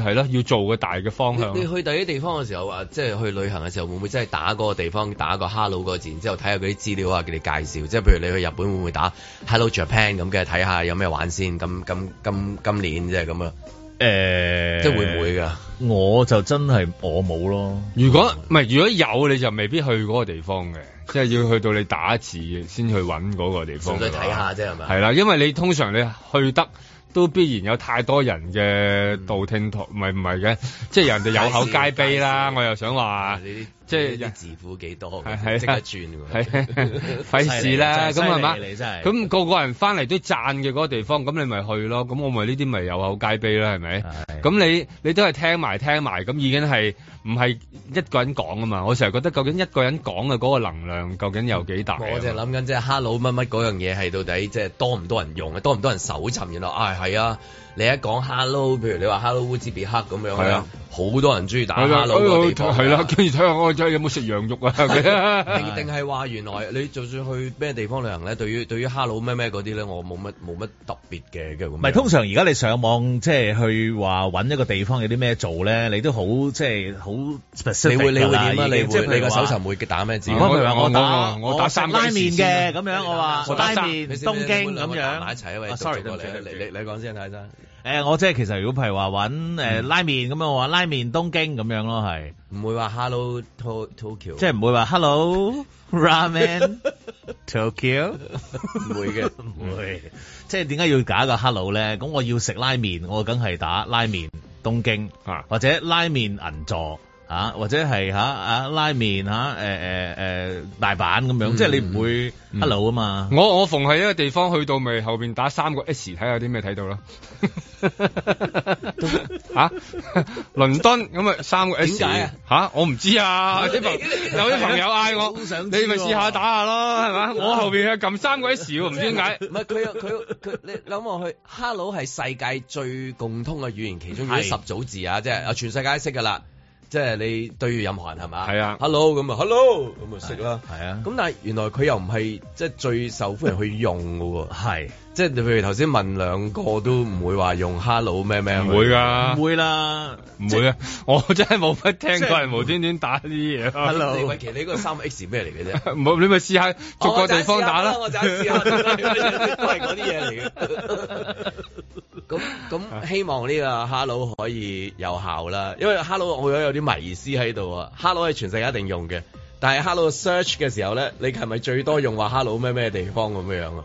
S3: 係啦，要做嘅大嘅方向
S2: 你。你去第啲地方嘅時候啊，即係去旅行嘅時候，會唔會真係打嗰個地方打個 hello 嗰個字，然之後睇下嗰啲資料啊，佢哋介紹，即係譬如你去日本會唔會打 hello Japan 咁嘅，睇下有咩玩先，咁咁今今年即係咁啊，
S4: 誒，
S2: 即係會唔會㗎？
S4: 我就真係我冇咯。
S3: 如果唔係，如果有你就未必去嗰個地方嘅，即係要去到你打字先去揾嗰個地方
S2: 純
S3: 㗎
S2: 粹
S3: 啦。
S2: 睇下啫係咪？
S3: 係啊啦，因為你通常你去得都必然有太多人嘅道聽途，唔係唔係嘅，即係人哋有口皆碑啦
S2: 介。紹
S3: 我又想話
S2: 啊，。你啲
S3: 即係
S2: 你啲字庫幾多
S3: 係係啊
S2: 㗎？即刻轉 <laughs>
S3: 係
S2: 喎。
S3: 費事啦，咁
S4: 真係
S3: 係嘛？
S4: 犀利你真係
S3: 咁個個人翻嚟都讚嘅嗰個地方，咁你咪去咯。咁我咪呢啲咪有口皆碑啦，係咪？
S4: 係
S3: 咁你你都係聽埋聽埋，咁已經係唔係一個人講啊嘛？我成日覺得究竟一個人講嘅嗰個能量究竟有幾大啊？
S2: 我就係諗緊即係 hello 乜乜嗰樣嘢係到底即係多唔多人用啊？多唔多人搜尋？原來啊係啊，你一講 hello，譬如你話 hello 烏茲別克咁樣
S3: 係啊
S2: 咧，好多人中意打
S3: 係啦，
S2: hello 嗰個地方㗎
S3: 係啦，跟住睇下我真係有冇食
S2: <laughs>
S3: 羊肉啊？
S2: 定定係話原來你就算去咩地方旅行咧，對於對於 hello 咩咩嗰啲咧，我冇乜冇乜特別嘅嘅咁樣。
S4: 唔係通常而家你上網即係去話揾一個地方有啲咩做咧，你都好即係好 specific
S2: 你會你會
S4: 㗎啦
S2: 點啊？
S4: 已
S2: 你
S4: 經即係譬
S2: 會
S4: 如
S2: 你個手
S4: 話
S2: 尋會打咩字？
S4: 如果譬如話
S3: 我
S4: 我打
S3: 我我打三
S4: 食
S3: 雞
S4: 拉麵嘅
S3: 翅先
S4: 咁樣，我話
S2: 我
S4: 我拉麵東京咁
S2: 埋一齊啊！
S4: 樣。
S2: 喂
S4: 啊，sorry，對唔
S2: 過
S4: 住對
S2: 嚟
S4: 唔
S2: 你
S4: 住
S2: 你你講先，睇真。
S4: 誒，我即係其實如果譬如話揾誒拉麵咁樣，我話拉麵東京咁樣咯，係
S2: 嗯唔會話 hello To- Tokyo，
S4: 即係唔會話 hello ramen
S3: <laughs>
S4: Tokyo
S2: 唔會嘅，
S4: 唔會，即係點解要打個 hello 咧？咁我要食拉麵，我梗係打拉麵東京
S3: 啊
S4: 或者拉麵銀座。啊，或者係嚇啊拉麵嚇誒誒誒大阪咁樣，
S3: 嗯
S4: 即係你唔會 hello 啊嘛。
S3: 我我逢係一個地方去到咪後邊打三個 S 睇下有啲咩
S2: <laughs>
S3: 睇到啦。嚇，倫敦咁咪三個 S
S2: 點解啊
S3: 嚇，我唔知啊，有啲朋有啲朋友嗌我，
S4: 好想知喎
S3: 你咪試下打下咯，係嘛？
S2: 啊
S3: 我後邊係撳三個 S 喎，唔知點解。
S2: <laughs> 唔係佢佢佢，你諗我去 hello 係世界最共通嘅語言，其中有十組字啊，即係啊全世界都識㗎啦。即係你對住任何人係嘛？
S3: 係啊
S2: ，hello 咁啊，hello 咁啊識啦。
S4: 係啊，
S2: 咁但係原來佢又唔係即係最受歡迎去用㗎喎，
S4: 係
S2: 即係你譬如頭先問兩個都唔會話用 hello 咩咩去，
S3: 唔會㗎
S4: 唔，會
S2: <laughs>
S4: 啦。
S3: 唔會啊！我真係冇乜聽過人無端端打呢啲嘢咯。
S2: 你喂，其實你嗰個三 X 咩嚟嘅啫？
S3: 唔好，你咪試下逐個地方打啦。
S2: 我就試下啦，我就試下 <laughs> 啦都係嗰啲嘢嚟嘅。咁咁希望呢個 Hello 可以有效啦，因為 Hello 我有有啲迷思喺度啊。Hello 係全世界一定用嘅，但係 Hello search 嘅時候咧，你係咪最多用話 Hello 咩咩地方咁樣啊？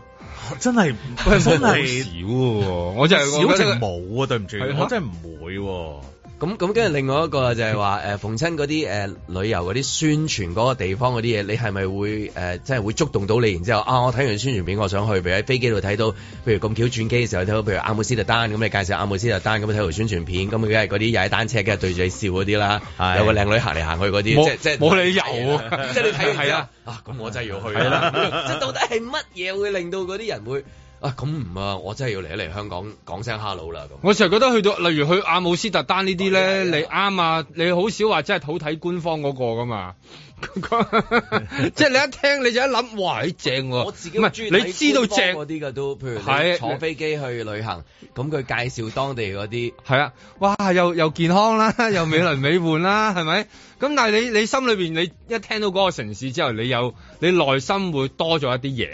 S4: 真係
S3: 喂
S4: 真
S3: 好少
S4: 係
S3: 喎，我就係
S4: 少
S3: 我覺
S4: 就
S3: 得
S4: 冇啊！對唔住，
S3: 係咯
S4: 我真係唔會喎。
S2: 咁咁跟住另外一個就係
S3: <laughs>
S2: 話誒，逢親嗰啲誒旅遊嗰啲宣傳嗰個地方嗰啲嘢，你係咪會誒即係會觸動到你？然之後啊，我睇完宣傳片，我想去，譬如喺飛機度睇到，譬如咁巧轉機嘅時候睇到，譬如阿姆斯特丹咁，你介紹阿姆斯特丹咁睇條宣傳片，咁梗係嗰啲踩單車，梗係對住你笑嗰啲啦，
S4: 係
S2: 有個靚女行嚟行去嗰啲，
S3: 冇
S2: 即即
S3: 冇理由喎
S2: 即係你睇完之
S3: 係
S2: 後
S3: 啊
S2: 啊，咁我真係要去
S3: 係
S2: 啦 <laughs>
S3: 啦，
S2: 即係到底係乜嘢會令到嗰啲人會啊咁唔啊，我真係要嚟一嚟香港講聲 hello 啦咁。
S3: 我成日覺得去到例如去阿姆斯特丹呢啲咧，
S2: 係啊
S3: 你啱啊，你好少話真係好睇官方嗰個噶
S2: <laughs>
S3: 嘛。 <laughs> 即係你一聽你就一諗，哇！咦正喎，
S2: 我自己
S3: 唔
S2: 好
S3: 係
S2: 中意
S3: 你知道
S2: 睇官方嗰
S3: 正
S2: 啲嘅都，譬如你
S3: 係
S2: 坐飛機去旅行，咁佢介紹當地嗰啲，
S3: 係啊，哇！又又健康啦， <laughs> 又美輪美奐啦，係咪？咁但係你你心裏邊你一聽到嗰個城市之後，你有你內心會多咗一啲嘢。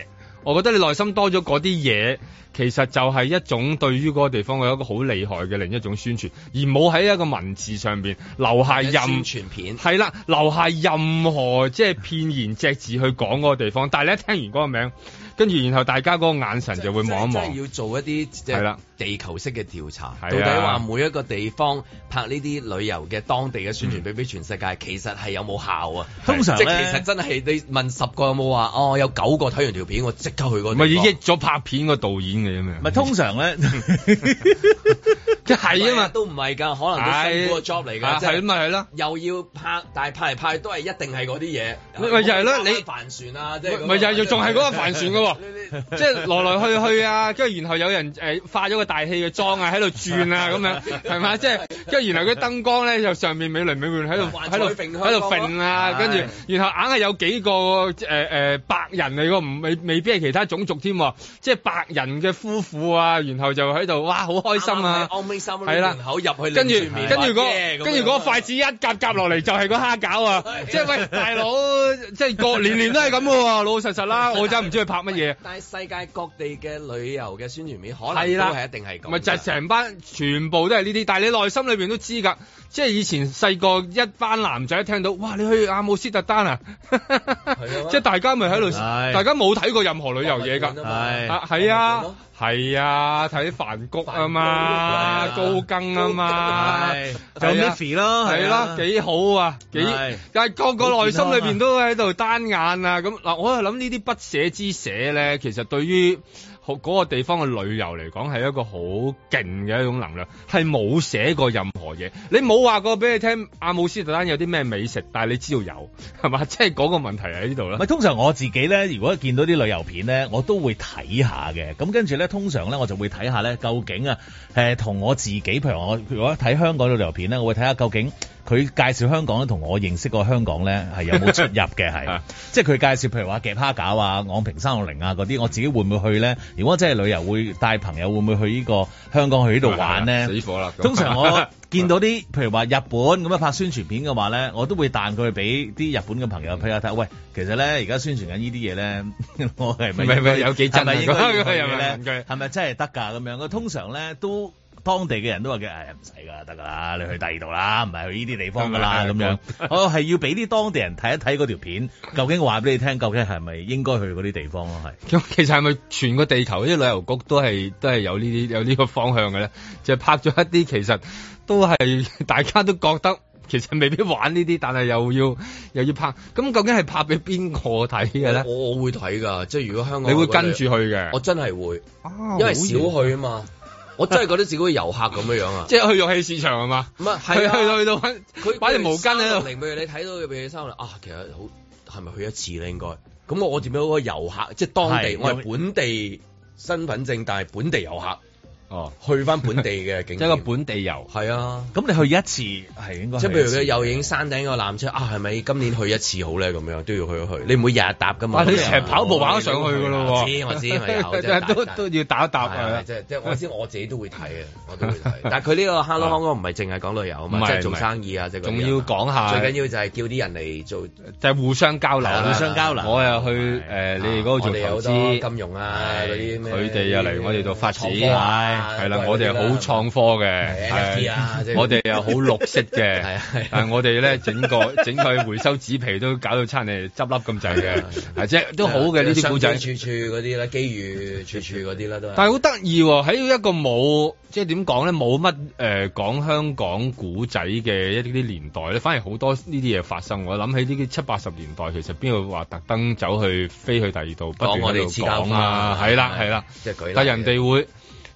S3: 我覺得你內心多咗嗰啲嘢，其實就係一種對於嗰個地方有一個好厲害嘅另一種宣傳，而冇喺一個文字上邊留下任
S2: 宣傳片，
S3: 係啦，留下任何即係片言隻字去講嗰個地方，但係你一聽完嗰個名，跟住然後大家嗰個眼神就會望一
S2: 即係
S3: 望，
S2: 要做一啲即
S3: 係
S2: 係
S3: 啦
S2: 地球式嘅調查，
S3: 係啊
S2: 到底話每一個地方拍呢啲旅遊嘅當地嘅宣傳
S3: 嗯
S2: 俾俾全世界，其實係有冇效啊？
S4: 通常
S2: 即
S4: 咧
S2: 係其實真係你問十個有冇話，哦有九個睇完條片，我即刻去嗰個地
S3: 唔
S2: 方。
S3: 係益咗拍片個導演嘅咁樣。
S4: 唔係通常咧，
S3: 即係啊嘛，
S2: 都唔係㗎，可能都辛苦個 job 嚟㗎，
S3: 係
S2: 即
S3: 係咁
S2: 係
S3: 咪係啦。
S2: 又要拍，但係拍嚟拍去都係一定係嗰啲嘢。
S3: 咪咪就係咯你
S2: 帆船啊，即係嗰個
S3: <laughs> 咪又又仲係嗰個帆船嘅喎，
S2: 你
S3: 即係來來去去啊，跟住然後有人誒化咗個大氣嘅妝啊，喺度轉啊咁樣，係咪？即係跟住然後嗰啲燈光咧，就上面美輪美奐喺度
S2: 幻
S3: 喺度
S2: 彩揈香
S3: 喺度
S2: 港
S3: 揈啊，
S2: 咯
S3: 跟住
S2: 係
S3: 然後硬係有幾個誒誒白人嚟喎，唔未未必係其他種族添喎，即係白人嘅夫婦啊，然後就喺度哇好開心
S2: 啱
S3: 啊！
S2: 啱喺歐美三
S3: 係啦
S2: 門口入去
S3: 跟住
S2: 擰住面
S3: 跟住
S2: 話
S3: 嗰
S2: 耶咁
S3: 跟住
S2: 樣
S3: 嗰個筷子一夾夾落嚟就係個蝦餃啊！即係喂大佬，即係個年年都係咁嘅喎，老老實實啦，我真係唔知佢拍乜嘢。
S2: 但係世界各地嘅旅遊嘅宣傳片，可能
S3: 係啦
S2: 都係一定係咁㗎。
S3: 咪就係成班全部都係呢啲，但係你內心裏邊都知㗎，即係以前細個一班男仔一聽到，哇！你去阿姆斯特丹啊，
S2: 咩
S3: <laughs> 即係大家咪喺度，
S4: 係
S3: 大家冇睇過任何旅遊嘢㗎。
S4: 係
S3: 啊，係啊，係啊，睇梵谷啊嘛，
S4: 梵
S3: 高
S4: 谷
S3: 更啊嘛，
S4: 係
S10: 就
S3: 係
S10: m i
S3: 啊
S10: f y 咯，
S3: 係啦，幾好啊，幾
S4: 係
S3: 但係個個內心裏邊都喺度單眼啊咁嗱，我係諗呢啲不捨之捨咧，其實對於好嗰個地方嘅旅遊嚟講係一個好勁嘅一種能量，係冇寫過任何嘢，你冇話過俾你聽阿姆斯特丹有啲咩美食，但係你知道有係嘛？即係嗰個問題喺呢度啦
S4: 唔。係通常我自己咧，如果見到啲旅遊片咧，我都會睇下嘅。咁跟住咧，通常咧我就會睇下咧，究竟啊誒同我自己，譬如我如果睇香港嘅旅遊片咧，我會睇下究竟佢介紹香港咧同我認識個香港咧係有冇出入嘅係
S3: <laughs> 啊。
S4: 即係佢介紹譬如話夾蝦餃啊、昂平三六零啊嗰啲，我自己會唔會去咧？如果真係旅遊會帶朋友，會唔會去呢個香港
S3: <laughs>
S4: 去呢度玩咧？
S3: 啊死火啦！咁
S4: 通常 <laughs> 我見到啲譬如話日本咁樣拍宣傳片嘅話咧，我都會彈佢俾啲日本嘅朋友睇下睇下，喂，其實咧而家宣傳緊呢 <laughs> 啲嘢咧，我係咪
S3: 唔係
S4: 應該
S3: 唔係有幾
S4: 係
S3: 真啊
S4: 咪 <laughs> 應該要去
S3: 咁樣唔該
S4: 咧？係咪真係得㗎咁樣？我通常咧都。當地嘅人都話嘅，哎唉唔使㗎，得㗎啦，你去第二度啦，唔係去呢啲地方㗎啦，咁
S3: 咁啊
S4: 樣。我係要俾啲當地人睇一睇嗰條片，究竟話俾你聽，究竟係咪應該去嗰啲地方咯？係。
S3: 咁其實係咪全個地球啲旅遊局都係都係有呢啲有呢個方向嘅咧？就係拍咗一啲其實都係大家都覺得其實未必玩呢啲，但係又要又要拍，咁究竟係拍俾邊個睇嘅咧？
S2: 我我會睇㗎，即係如果香港
S3: 你會
S2: 有個旅
S3: 跟住去嘅
S2: 我，真係會，
S3: 啊
S2: 因為
S3: 好
S2: 少
S3: 嘢
S2: 去啊嘛，我真係覺得自己好似遊客咁樣樣啊。
S3: <laughs> 即係去玉器市場係嘛？
S2: 唔係
S3: 去
S2: 係啊
S3: 去到去到揾
S2: 佢
S3: 擺條毛巾喺度，
S2: 零，譬如你睇到佢俾三零啊，其實好係咪去一次咧？應該咁我我點樣嗰個遊客，即係當地
S4: 係
S2: 我係本地身份證，但係本地遊客
S3: 哦，
S2: 去翻本地嘅景
S3: <laughs> 即
S2: 點
S3: 係一個本地遊。
S2: 係啊。
S4: 咁你去一次係應該
S2: 即
S4: 去
S2: 係譬
S4: 一
S2: 如
S4: 次
S2: 佢又影山頂個纜車啊，係咪今年去一次好咧？咁樣都要去一去，你唔會日日搭噶嘛？
S3: 哇！你
S2: 咁樣
S3: 成日跑步跑上去㗎咯
S2: 我知
S3: 喎，
S2: 我知，咪有即係
S3: 都都要打一打啊！
S2: 即係即係我知我自己都會睇嘅，我都會睇。但係佢呢個 Hello Hong Kong 唔係淨係講旅遊啊
S3: 唔
S2: 嘛，
S3: 係
S2: 即係做生意啊，即係嗰啲啊
S3: 仲要講下
S2: 最緊要就係叫啲人嚟做
S3: 就係互相交流
S2: 係
S3: 啦，
S2: 啦互相
S4: 交流
S3: 我又去誒、你哋嗰度
S2: 啊我
S3: 做
S2: 哋有
S3: 投
S2: 好
S3: 資
S2: 多，金融啊
S4: 係
S2: 嗰啲咩，
S3: 佢哋又嚟我哋度發展，
S2: 創科啊
S3: 係啦
S2: 都，係
S3: 我哋
S2: 嗰啲
S3: 好創科嘅，
S2: 係 NFT 啊即係
S3: 我哋又好綠色
S2: <laughs>
S3: 嘅
S2: 係啊係啊，
S3: 但係我哋咧整個整個回收紙皮都搞到差人哋執笠咁滯嘅，係
S2: 啊
S3: 即係都好嘅呢啲古仔
S2: 商。機處處嗰啲啦，機遇處處嗰啲啦，都係。
S3: 但係好得意喎，喺一個冇即係點講咧，冇乜誒講香港古仔嘅一啲年代咧，反而好多呢啲嘢發生。我諗起呢啲七八十年代，其實邊個話特登走去飛去第二度，不斷
S2: 講我哋
S3: 喺度
S2: 黐膠
S3: 講
S2: 花
S3: 啊，係啦係啦。，
S2: 即係舉例
S3: 但人哋會，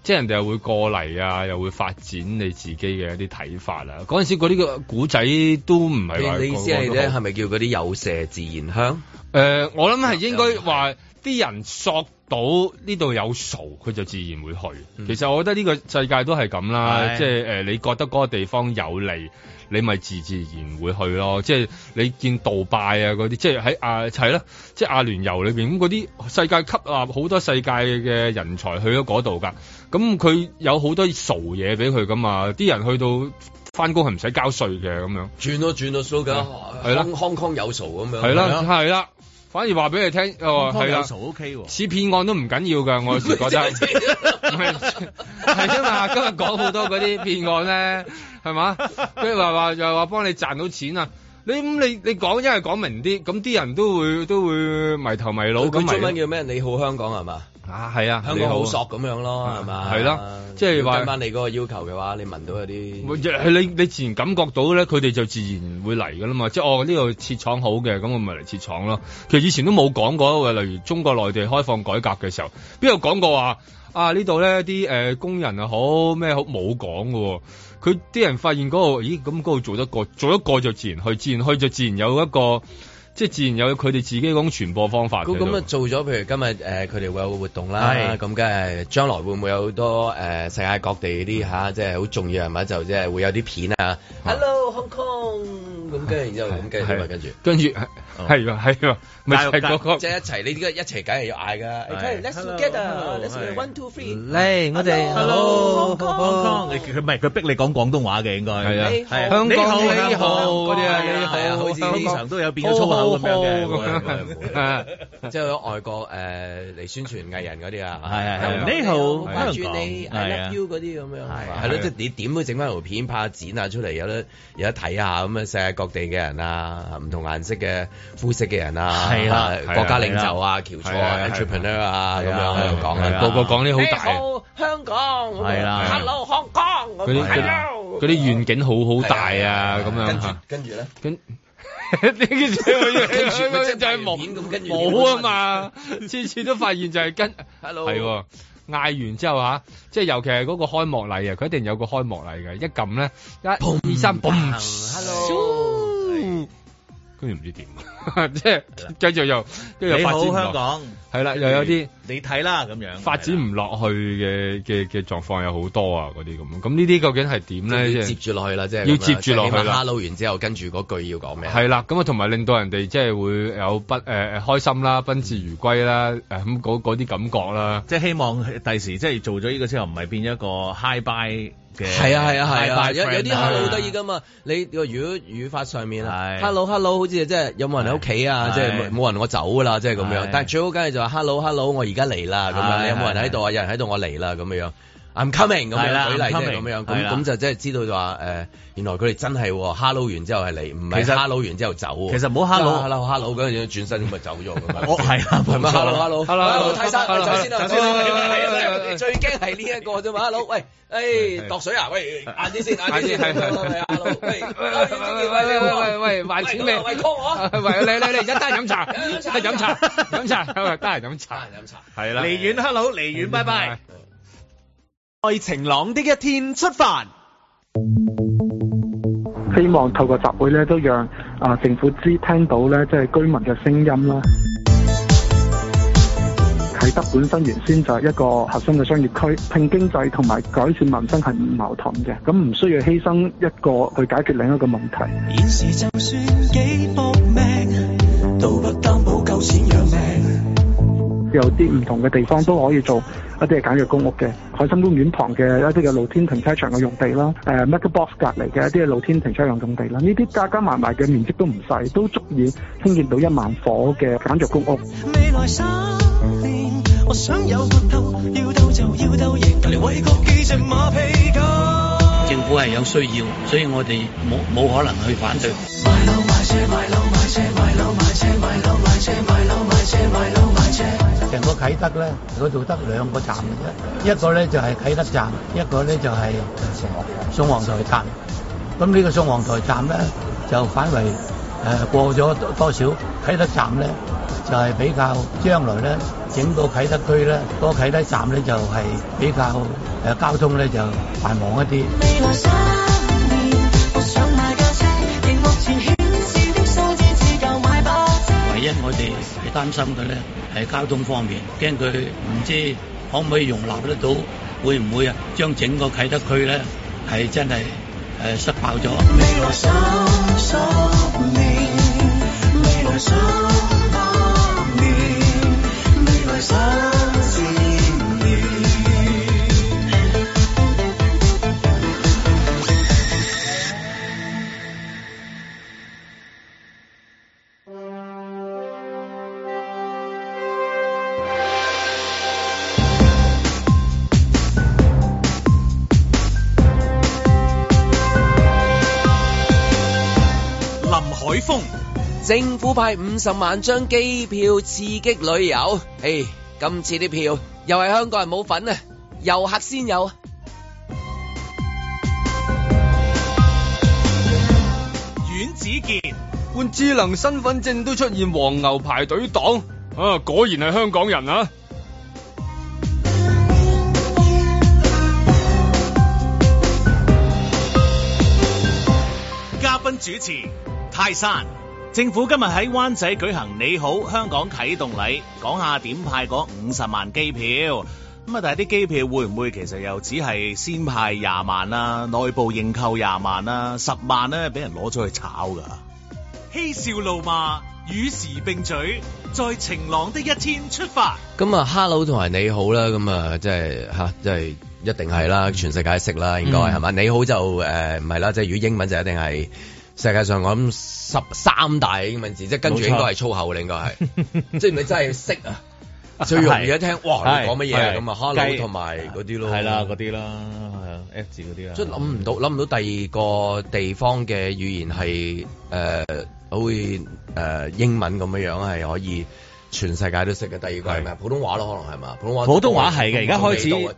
S3: 即係人哋又會過嚟啊，又會發展你自己嘅一啲睇法啊。嗰陣時嗰啲個古仔都唔係話
S2: 你你意思係
S3: 個個
S2: 咧，
S3: 都
S2: 係
S3: 好
S2: 咪叫嗰啲有麝自然香？
S3: 誒，呃我諗係應該話啲人索到呢度有數，佢就自然會去。
S2: 嗯
S3: 其實我覺得呢個世界都係咁啦，
S4: 係
S3: 即係誒、呃你覺得嗰個地方有利，你咪自自然會去咯。即係你見杜拜啊嗰啲，即係喺啊係啦，即係阿聯酋裏邊咁嗰啲世界吸納好多世界嘅人才去咗嗰度㗎。咁佢有好多傻嘢俾佢㗎嘛，啲人去到翻工係唔使交稅嘅咁樣。
S2: 轉咯轉咯 s o
S3: 係啦
S2: h o n 有數咁樣。
S3: 係啦
S4: 係，
S3: 係啦，反而話俾你聽，哦，係
S2: 啊
S3: 啦
S4: 有。數 OK 喎。
S3: 似騙案都唔緊要㗎，我有時覺得係啊嘛。今日講好多嗰啲騙案咧，係嘛？跟住話話又話幫你賺到錢啊！你咁你你講一係講明啲，咁啲人都會都會迷頭迷腦咁
S2: 佢中文
S3: 迷
S2: 叫咩？你好香港係嘛？
S3: 啊，係啊，
S2: 香
S3: 你
S2: 港好索咁樣咯，係嘛？
S3: 係咯即係話
S2: 跟翻你嗰個要求嘅話，你聞到有啲
S3: 係你你自然感覺到咧，佢哋就自然會嚟㗎啦嘛。即係哦，呢度設廠好嘅，咁我咪嚟設廠咯。其實以前都冇講過，例如中國內地開放改革嘅時候，邊有講過話啊呢度咧啲誒工人啊好咩好冇講嘅喎，佢啲人發現嗰度，咦咁嗰度做得過，做得過就自然去，自然去就自然有一個，即係自然有佢哋自己嗰種傳播方法
S2: 咁
S3: 喺
S2: 咁啊
S3: 度。
S2: 做咗，譬如今日誒佢哋會有個活動啦，
S4: 係
S2: 咁梗係將來會唔會有好多誒、呃世界各地啲嚇，即係好重要人物就即係會有啲片啊，Hello Hong Kong 咁跟住然之後咁跟住
S3: 係
S2: 嘛跟住。哦
S3: 跟住係係啊係啊，咪就係嗰個
S2: 即係一齊，你呢個一齊梗係要嗌㗎。
S4: 係
S2: Let's
S4: Hello, hello,
S2: together，let's
S4: 係
S2: one two three。
S11: 嚟，我哋
S4: Hello，Hong Kong，你佢唔係佢逼你講廣東話嘅應該
S3: 係啊
S4: 係
S3: 香港
S4: 你好
S3: 你
S4: 香港
S3: 好嗰啲啊
S4: 係
S3: 你
S4: 係啊
S3: 好
S4: 好似
S3: 香港
S4: 經常都有變咗粗口咁樣嘅，
S3: 好好好
S4: 會會會
S3: 啊
S2: 即係外國誒嚟宣傳藝人嗰啲啊，
S4: 係係
S2: 香港
S4: 係你好
S2: 關注
S4: 香港
S2: 你，I
S4: 係啊
S2: love you 嗰啲咁樣，
S4: 係
S2: 係咯，
S3: 係
S2: 即係你點都整翻條片拍剪下出嚟，有得有得睇下咁啊！世界各地嘅人啊，唔同顏色嘅膚色嘅人啊，
S4: 係啦
S2: 啊
S3: 係啊
S2: 國家領袖啊、喬楚啊、
S3: 係啊係啊
S2: entrepreneur 啊咁
S4: 係
S2: 樣
S4: 啊
S2: 喺度講
S4: 係
S2: 啊
S4: 啊。
S3: 個個講啲好大，
S2: 香港
S4: 係啦係啦
S2: Hello Hong Kong
S3: 嗰啲嗰啲嗰啲願景好好大啊咁樣嚇。
S2: 跟住咧，
S3: 跟呢個就係
S2: 跟住咪即係
S3: 就係
S2: 片咁跟
S3: 冇
S2: 住
S3: 冇啊嘛，次次都發現就係跟
S2: Hello
S3: 係喎。嗌完之後嚇，即係尤其係嗰個開幕禮啊，佢一定有個開幕禮嘅，一撳咧一二三嘣，
S2: Hello。
S4: 嗯
S3: 跟住唔知點，即係繼續又跟住又
S4: 你
S3: 發展
S4: 好
S3: 唔
S4: 香
S3: 落，
S4: 港，
S3: 係啦，又有啲
S4: 你睇啦咁樣
S3: 發展唔落去嘅嘅嘅狀況有好多啊，嗰啲咁，咁呢啲究竟係點咧？即
S2: 要
S3: 係
S2: 接住落去啦，即係
S3: 要接住落去啦
S2: h e 完之後，跟住嗰句要講咩？
S3: 係啦，咁啊，同埋令到人哋即係會有不誒、呃、開心啦，賓至如歸啦，誒咁嗰嗰啲感覺啦。
S4: 即係希望第時即係做咗呢個之後，唔係變咗一個 high bye 嘅。
S2: 係啊係啊係
S4: high
S2: 啊，
S4: bye
S2: 有有
S4: friend
S2: 啲
S4: 啊
S2: hello 好得意噶嘛，你個語語法上面啊
S4: 係
S2: ，hello hello 好似即係有冇人喺屋企啊，
S4: 係
S2: 即係冇人我走㗎啦，即係咁樣
S4: 係。
S2: 但係最好梗係就話 hello hello 我而家嚟啦咁樣，
S4: 係
S2: 有冇人喺度啊？有人喺度我嚟啦咁樣。I'm coming 咁
S4: 係
S2: 樣
S4: 啦
S2: 舉例
S4: I'm
S2: 即係
S4: coming，
S2: 咁
S4: 係
S2: 樣，咁
S4: 啦
S2: 咁就即係知道就話誒，原來佢哋真係喎 hello 完之後係嚟，唔係
S4: 其實
S2: hello 完之後走喎。啊
S4: 其實唔好 hello
S2: hello hello 咁樣轉身咁咪走咗咁樣。
S4: 我係啊，
S2: 係咪
S4: 冇錯啦
S2: ？Hello，Hello，
S3: Hello，
S2: 睇晒，
S3: Hello，
S2: 走先啊啦，
S3: Hello，
S2: 走先 <laughs> 啦
S3: Hello，
S2: 係啊，最驚係呢一個啫嘛，Hello，喂， <laughs> 誒，度水啊，喂，晏啲先， <laughs> 晏啲先啊
S3: 係係係
S2: ，Hello，喂， <laughs>
S3: 喂喂喂喂，還錢未？
S2: 喂 call 我
S3: 喂你你你，一單飲茶，
S2: 飲茶
S3: 飲茶，飲茶，得閒飲茶，
S2: 飲茶。
S3: 係啦，嗯
S4: 離遠 hello，離遠拜拜。。
S5: 在晴朗的一天出發。
S12: 希望透過集會咧，都讓啊政府知聽到咧，即係居民嘅聲音啦。啟德本身原先就係一個核心嘅商業區，拼經濟同埋改善民生係唔矛盾嘅，咁唔需要犧牲一個去解決另一個問題。
S7: 現時就算幾搏命，都不擔保夠錢養命。
S12: 有啲唔同嘅地方都可以做一啲嘅簡約公屋嘅，海心公園旁嘅一啲嘅露天停車場嘅用地啦，誒、m e g a Box 隔離嘅一啲嘅露天停車場用地啦，呢啲加加埋埋嘅面積都唔細，都足以興建到一萬伙嘅簡約公屋。
S7: 未來三年，我想有個竇，要鬥就要鬥贏，嚟
S2: 哎
S7: 為國記隻馬屁股。
S11: 政府係有需要，所以我哋冇冇可能去反對。
S7: 買樓買車買樓買車買樓買車買樓買車買樓買車買樓買車。
S11: 成個啟德咧，嗰度得兩個站嘅啫，一個咧就係啟德站，一個咧就係宋皇台站。咁呢個宋皇台站咧，就反為誒、呃、過咗多多少啟德站咧，就係、比較將來咧，整個啟德區咧，嗰、個啟德站咧就係、比較誒、呃交通咧就繁忙一啲。
S7: 未來三年，我想買架車，熒幕前顯示的數字只夠買把遮。
S11: 唯一我哋係擔心嘅咧係交通方面，驚佢唔知可唔可以容納得到，會唔會啊將整個啟德區咧係真係誒、呃塞爆咗？
S7: 未來三十年，未來三百年，未來三千年。
S1: 林海峰、
S2: 政府派五十萬張機票刺激旅遊，誒，今次啲票又係香港人冇份啊，遊客先有啊。
S1: 阮子健、
S9: 換智能身份證都出現黃牛排隊黨，啊果然係香港人啊！
S1: 主持泰山。政府今日喺灣仔舉行你好香港啟動禮，講下點派嗰五十萬機票。咁啊，但係啲機票會唔會其實又只係先派廿萬啦，內部認購廿萬啦，十萬咧俾人攞咗去炒㗎？嬉笑怒罵，與時並舉，在晴朗的一天出發。
S2: 咁啊，hello 同埋你好啦，咁啊，即係吓，即係一定係啦，全世界識啦，應該
S4: 嗯
S2: 係嘛？你好就誒唔係啦，即係如果英文就一定係世界上我諗十三大英文字，即係跟住應該係粗口啦，應該係， <laughs> 即係你真係識啊！最容易一聽，哇！你講乜嘢啊咁啊？Hello 同埋嗰啲咯，
S4: 係啦，嗰啲啦，係啊，F 字嗰啲啦。
S2: 即係諗唔到，諗唔到第二個地方嘅語言係誒，好似誒英文咁樣樣係可以全世界都識嘅。第二個係咩？普通話咯，可能係嘛？普通話
S4: 普通話係嘅，而家開始
S2: 啊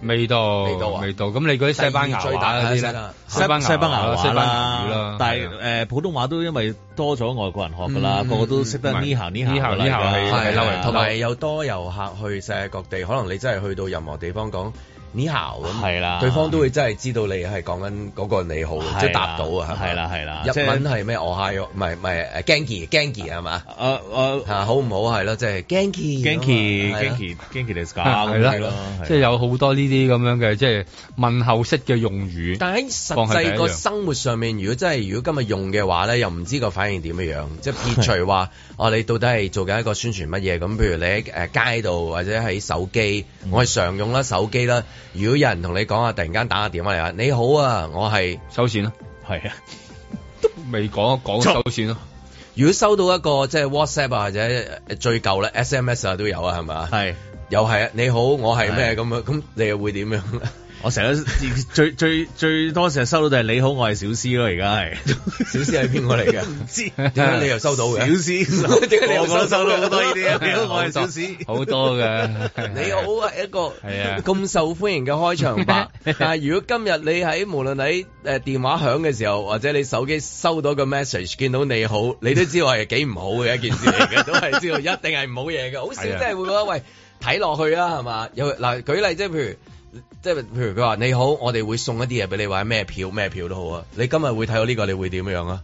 S2: 第
S3: 味道
S2: 味道啊
S3: 味道，咁你嗰啲西班牙話嗰啲咧，
S4: 西班
S3: 啊西
S4: 西
S3: 班
S4: 班
S3: 牙
S4: 牙
S3: 話西
S4: 話
S3: 班牙語啦
S4: 啦，，但係誒普通話都因為多咗外國人學㗎啦，
S2: 嗯
S4: 個個都識得
S2: 嗯
S4: 呢行呢
S3: 呢
S4: 行
S3: 行
S4: 㗎啦
S3: 呢行
S4: 而家
S3: 係
S4: 係
S3: 嬲
S4: 啊
S3: 人
S2: 同埋又多遊客去世界各地，可能你真係去到任何地方講你好咁，
S4: 係啦
S2: 對方都會真係知道你係講緊嗰個你好，即係答到啊，
S4: 係啦係啦
S2: 日
S4: 即係啊
S2: 文係咩？我 h 唔係唔係誒 gangi gangi 係嘛？
S4: 誒誒
S2: 嚇好唔好係咯？即係 gangi
S4: Genki
S2: 咁啊係啊
S4: Genki Genki です
S3: 係
S4: か
S3: 係
S4: 係
S3: 啦
S4: 咯，
S3: 即係有好多呢啲咁樣嘅，即係問候式嘅用語。
S2: 但喺實際個生活上面，如果真係如果今日用嘅話咧，又唔知個反應點樣樣，即
S3: <laughs>
S2: 係撇除話哦，你到底係做緊一個宣傳乜嘢咁？譬如你喺誒街度或者喺手機，
S3: 嗯
S2: 我係常用啦手機啦。如果有人同你講啊，突然間打個電話嚟話你好啊，我係
S3: 收線啦，
S4: 係啊，
S3: 未講講收線啦。
S2: 如果收到一個即係 WhatsApp 啊，或者誒最舊咧 SMS 啊都有啊，係咪？
S4: 係
S2: 又係啊，你好，我係咩
S4: 係
S2: 咁樣？咁你又會點樣？
S4: 我成日都 <laughs> 最最最多成日收到就係你好，我係小詩咯，而家係
S2: 小詩係邊個嚟嘅？
S4: <laughs> 唔知
S2: 點解你又收到嘅？
S4: 小詩
S2: <laughs> 點解你又
S4: <laughs> 我覺得
S2: 收
S4: 收到好
S2: 到嘅
S4: 多呢啲啊？你啊好，我係
S3: 好
S4: 小
S3: 多
S4: 詩。
S3: 好多嘅，
S2: <laughs> 你好啊，一個
S3: 係啊
S2: 咁受歡迎嘅開場白。但係如果今日你喺無論喺誒電話響嘅時候，或者你手機收到個 message，見到你好，你都知道係幾唔好嘅一件事嚟嘅，都係知道一定係唔好嘢嘅。好少
S3: 係啊
S2: 真係會覺得喂睇落去啊，係嘛？有嗱舉例即係譬如。即係譬如佢話你好，我哋會送一啲嘢俾你，或者咩票咩票都好啊。你今日會睇到呢個，你會點樣啊？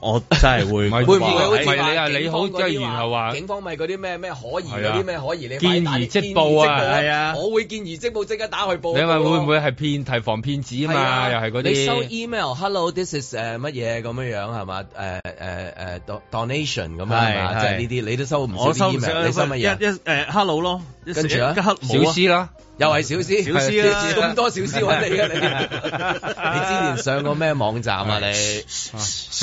S4: 我真係會
S3: 唔係
S2: 會唔會好似
S3: 唔係你啊
S2: 話
S3: 你好
S2: 警方嗰啲
S3: 即係然
S2: 話
S3: 後話
S2: 警方咪嗰啲咩咩可疑
S3: 係
S2: 嗰
S3: 啊
S2: 啲咩可疑，你
S3: 見
S2: 快打
S3: 疑
S2: 啲
S3: 即
S2: 見疑
S3: 報啊
S2: 即報
S4: 係啊
S2: 我會見疑即報，即刻打去報。
S3: 你咪會唔會係騙提防騙子啊
S2: 係
S3: 嘛？
S2: 啊
S3: 又係嗰
S2: 你收
S3: 啲
S2: email，hello，this is 誒乜嘢咁樣樣係嘛？呃誒誒誒 do- donation 咁樣係嘛？
S4: 係
S2: 即係
S4: 係
S2: 呢啲你都收唔
S4: 我
S2: 少
S4: 收
S2: 啲
S4: 唔少
S2: email，你收乜
S4: 一
S2: 嘢？啊
S4: 一誒呃 hello 咯，一
S2: 跟住啊
S4: 一黑
S3: 小
S4: 冇啊
S3: 詩啦，
S2: 又係小師，
S4: 小啊師啦
S2: 你咁多小師揾你嘅
S4: <laughs>
S2: 你，你之前上過咩網站啊你？
S3: <laughs> 冇咁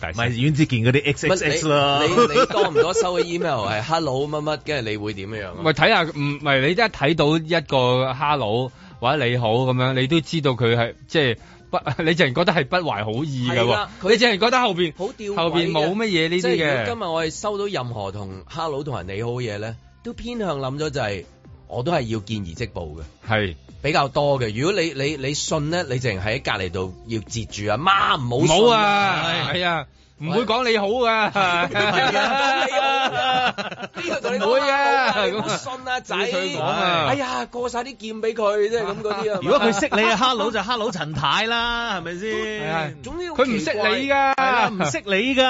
S3: 大
S4: 唔
S3: 聲
S4: 係。阮志健嗰啲 X
S2: 乜
S4: X X 啦
S2: 你，你你多唔多收嘅 email 係 hello 乜乜，跟住你會點樣啊？
S3: 咪睇下，唔係你一睇到一個 hello 或者你好咁樣，你都知道佢係即係不， <laughs> 你淨係覺得係不懷好意嘅
S2: 係
S3: 喎
S2: 啦，
S3: 你
S2: 佢
S3: 淨係覺得後邊
S2: 好吊詭嘅啊
S3: 後邊冇乜嘢呢
S2: 即
S3: 啲
S2: 係如果
S3: 嘅
S2: 今。日我哋收到任何同 hello 同人你好嘅嘢咧，都偏向諗咗就係、我都係要見而即報嘅。
S3: 係
S2: 比較多嘅，如果你你你信咧，你淨係喺隔離度要截住阿媽唔
S3: 唔
S2: 好
S3: 好
S2: 信
S3: 啊，係啊，唔會講你好啊，
S2: 係啊呢個同你
S3: 唔
S2: 講
S3: 會
S4: <laughs>
S2: 啊，
S3: 啊，
S2: 你唔好信啊仔，
S3: 會佢講啊
S2: 哎呀過晒啲劍俾佢，即係咁嗰啲啊。
S4: 如果佢識你啊，hello 就 hello 陳太啦，係咪
S3: 係啊
S4: 先？
S2: 總之好
S3: 佢唔識你
S2: 奇
S4: 係
S3: 㗎，
S4: 啦，唔識你
S2: <laughs>
S4: 㗎。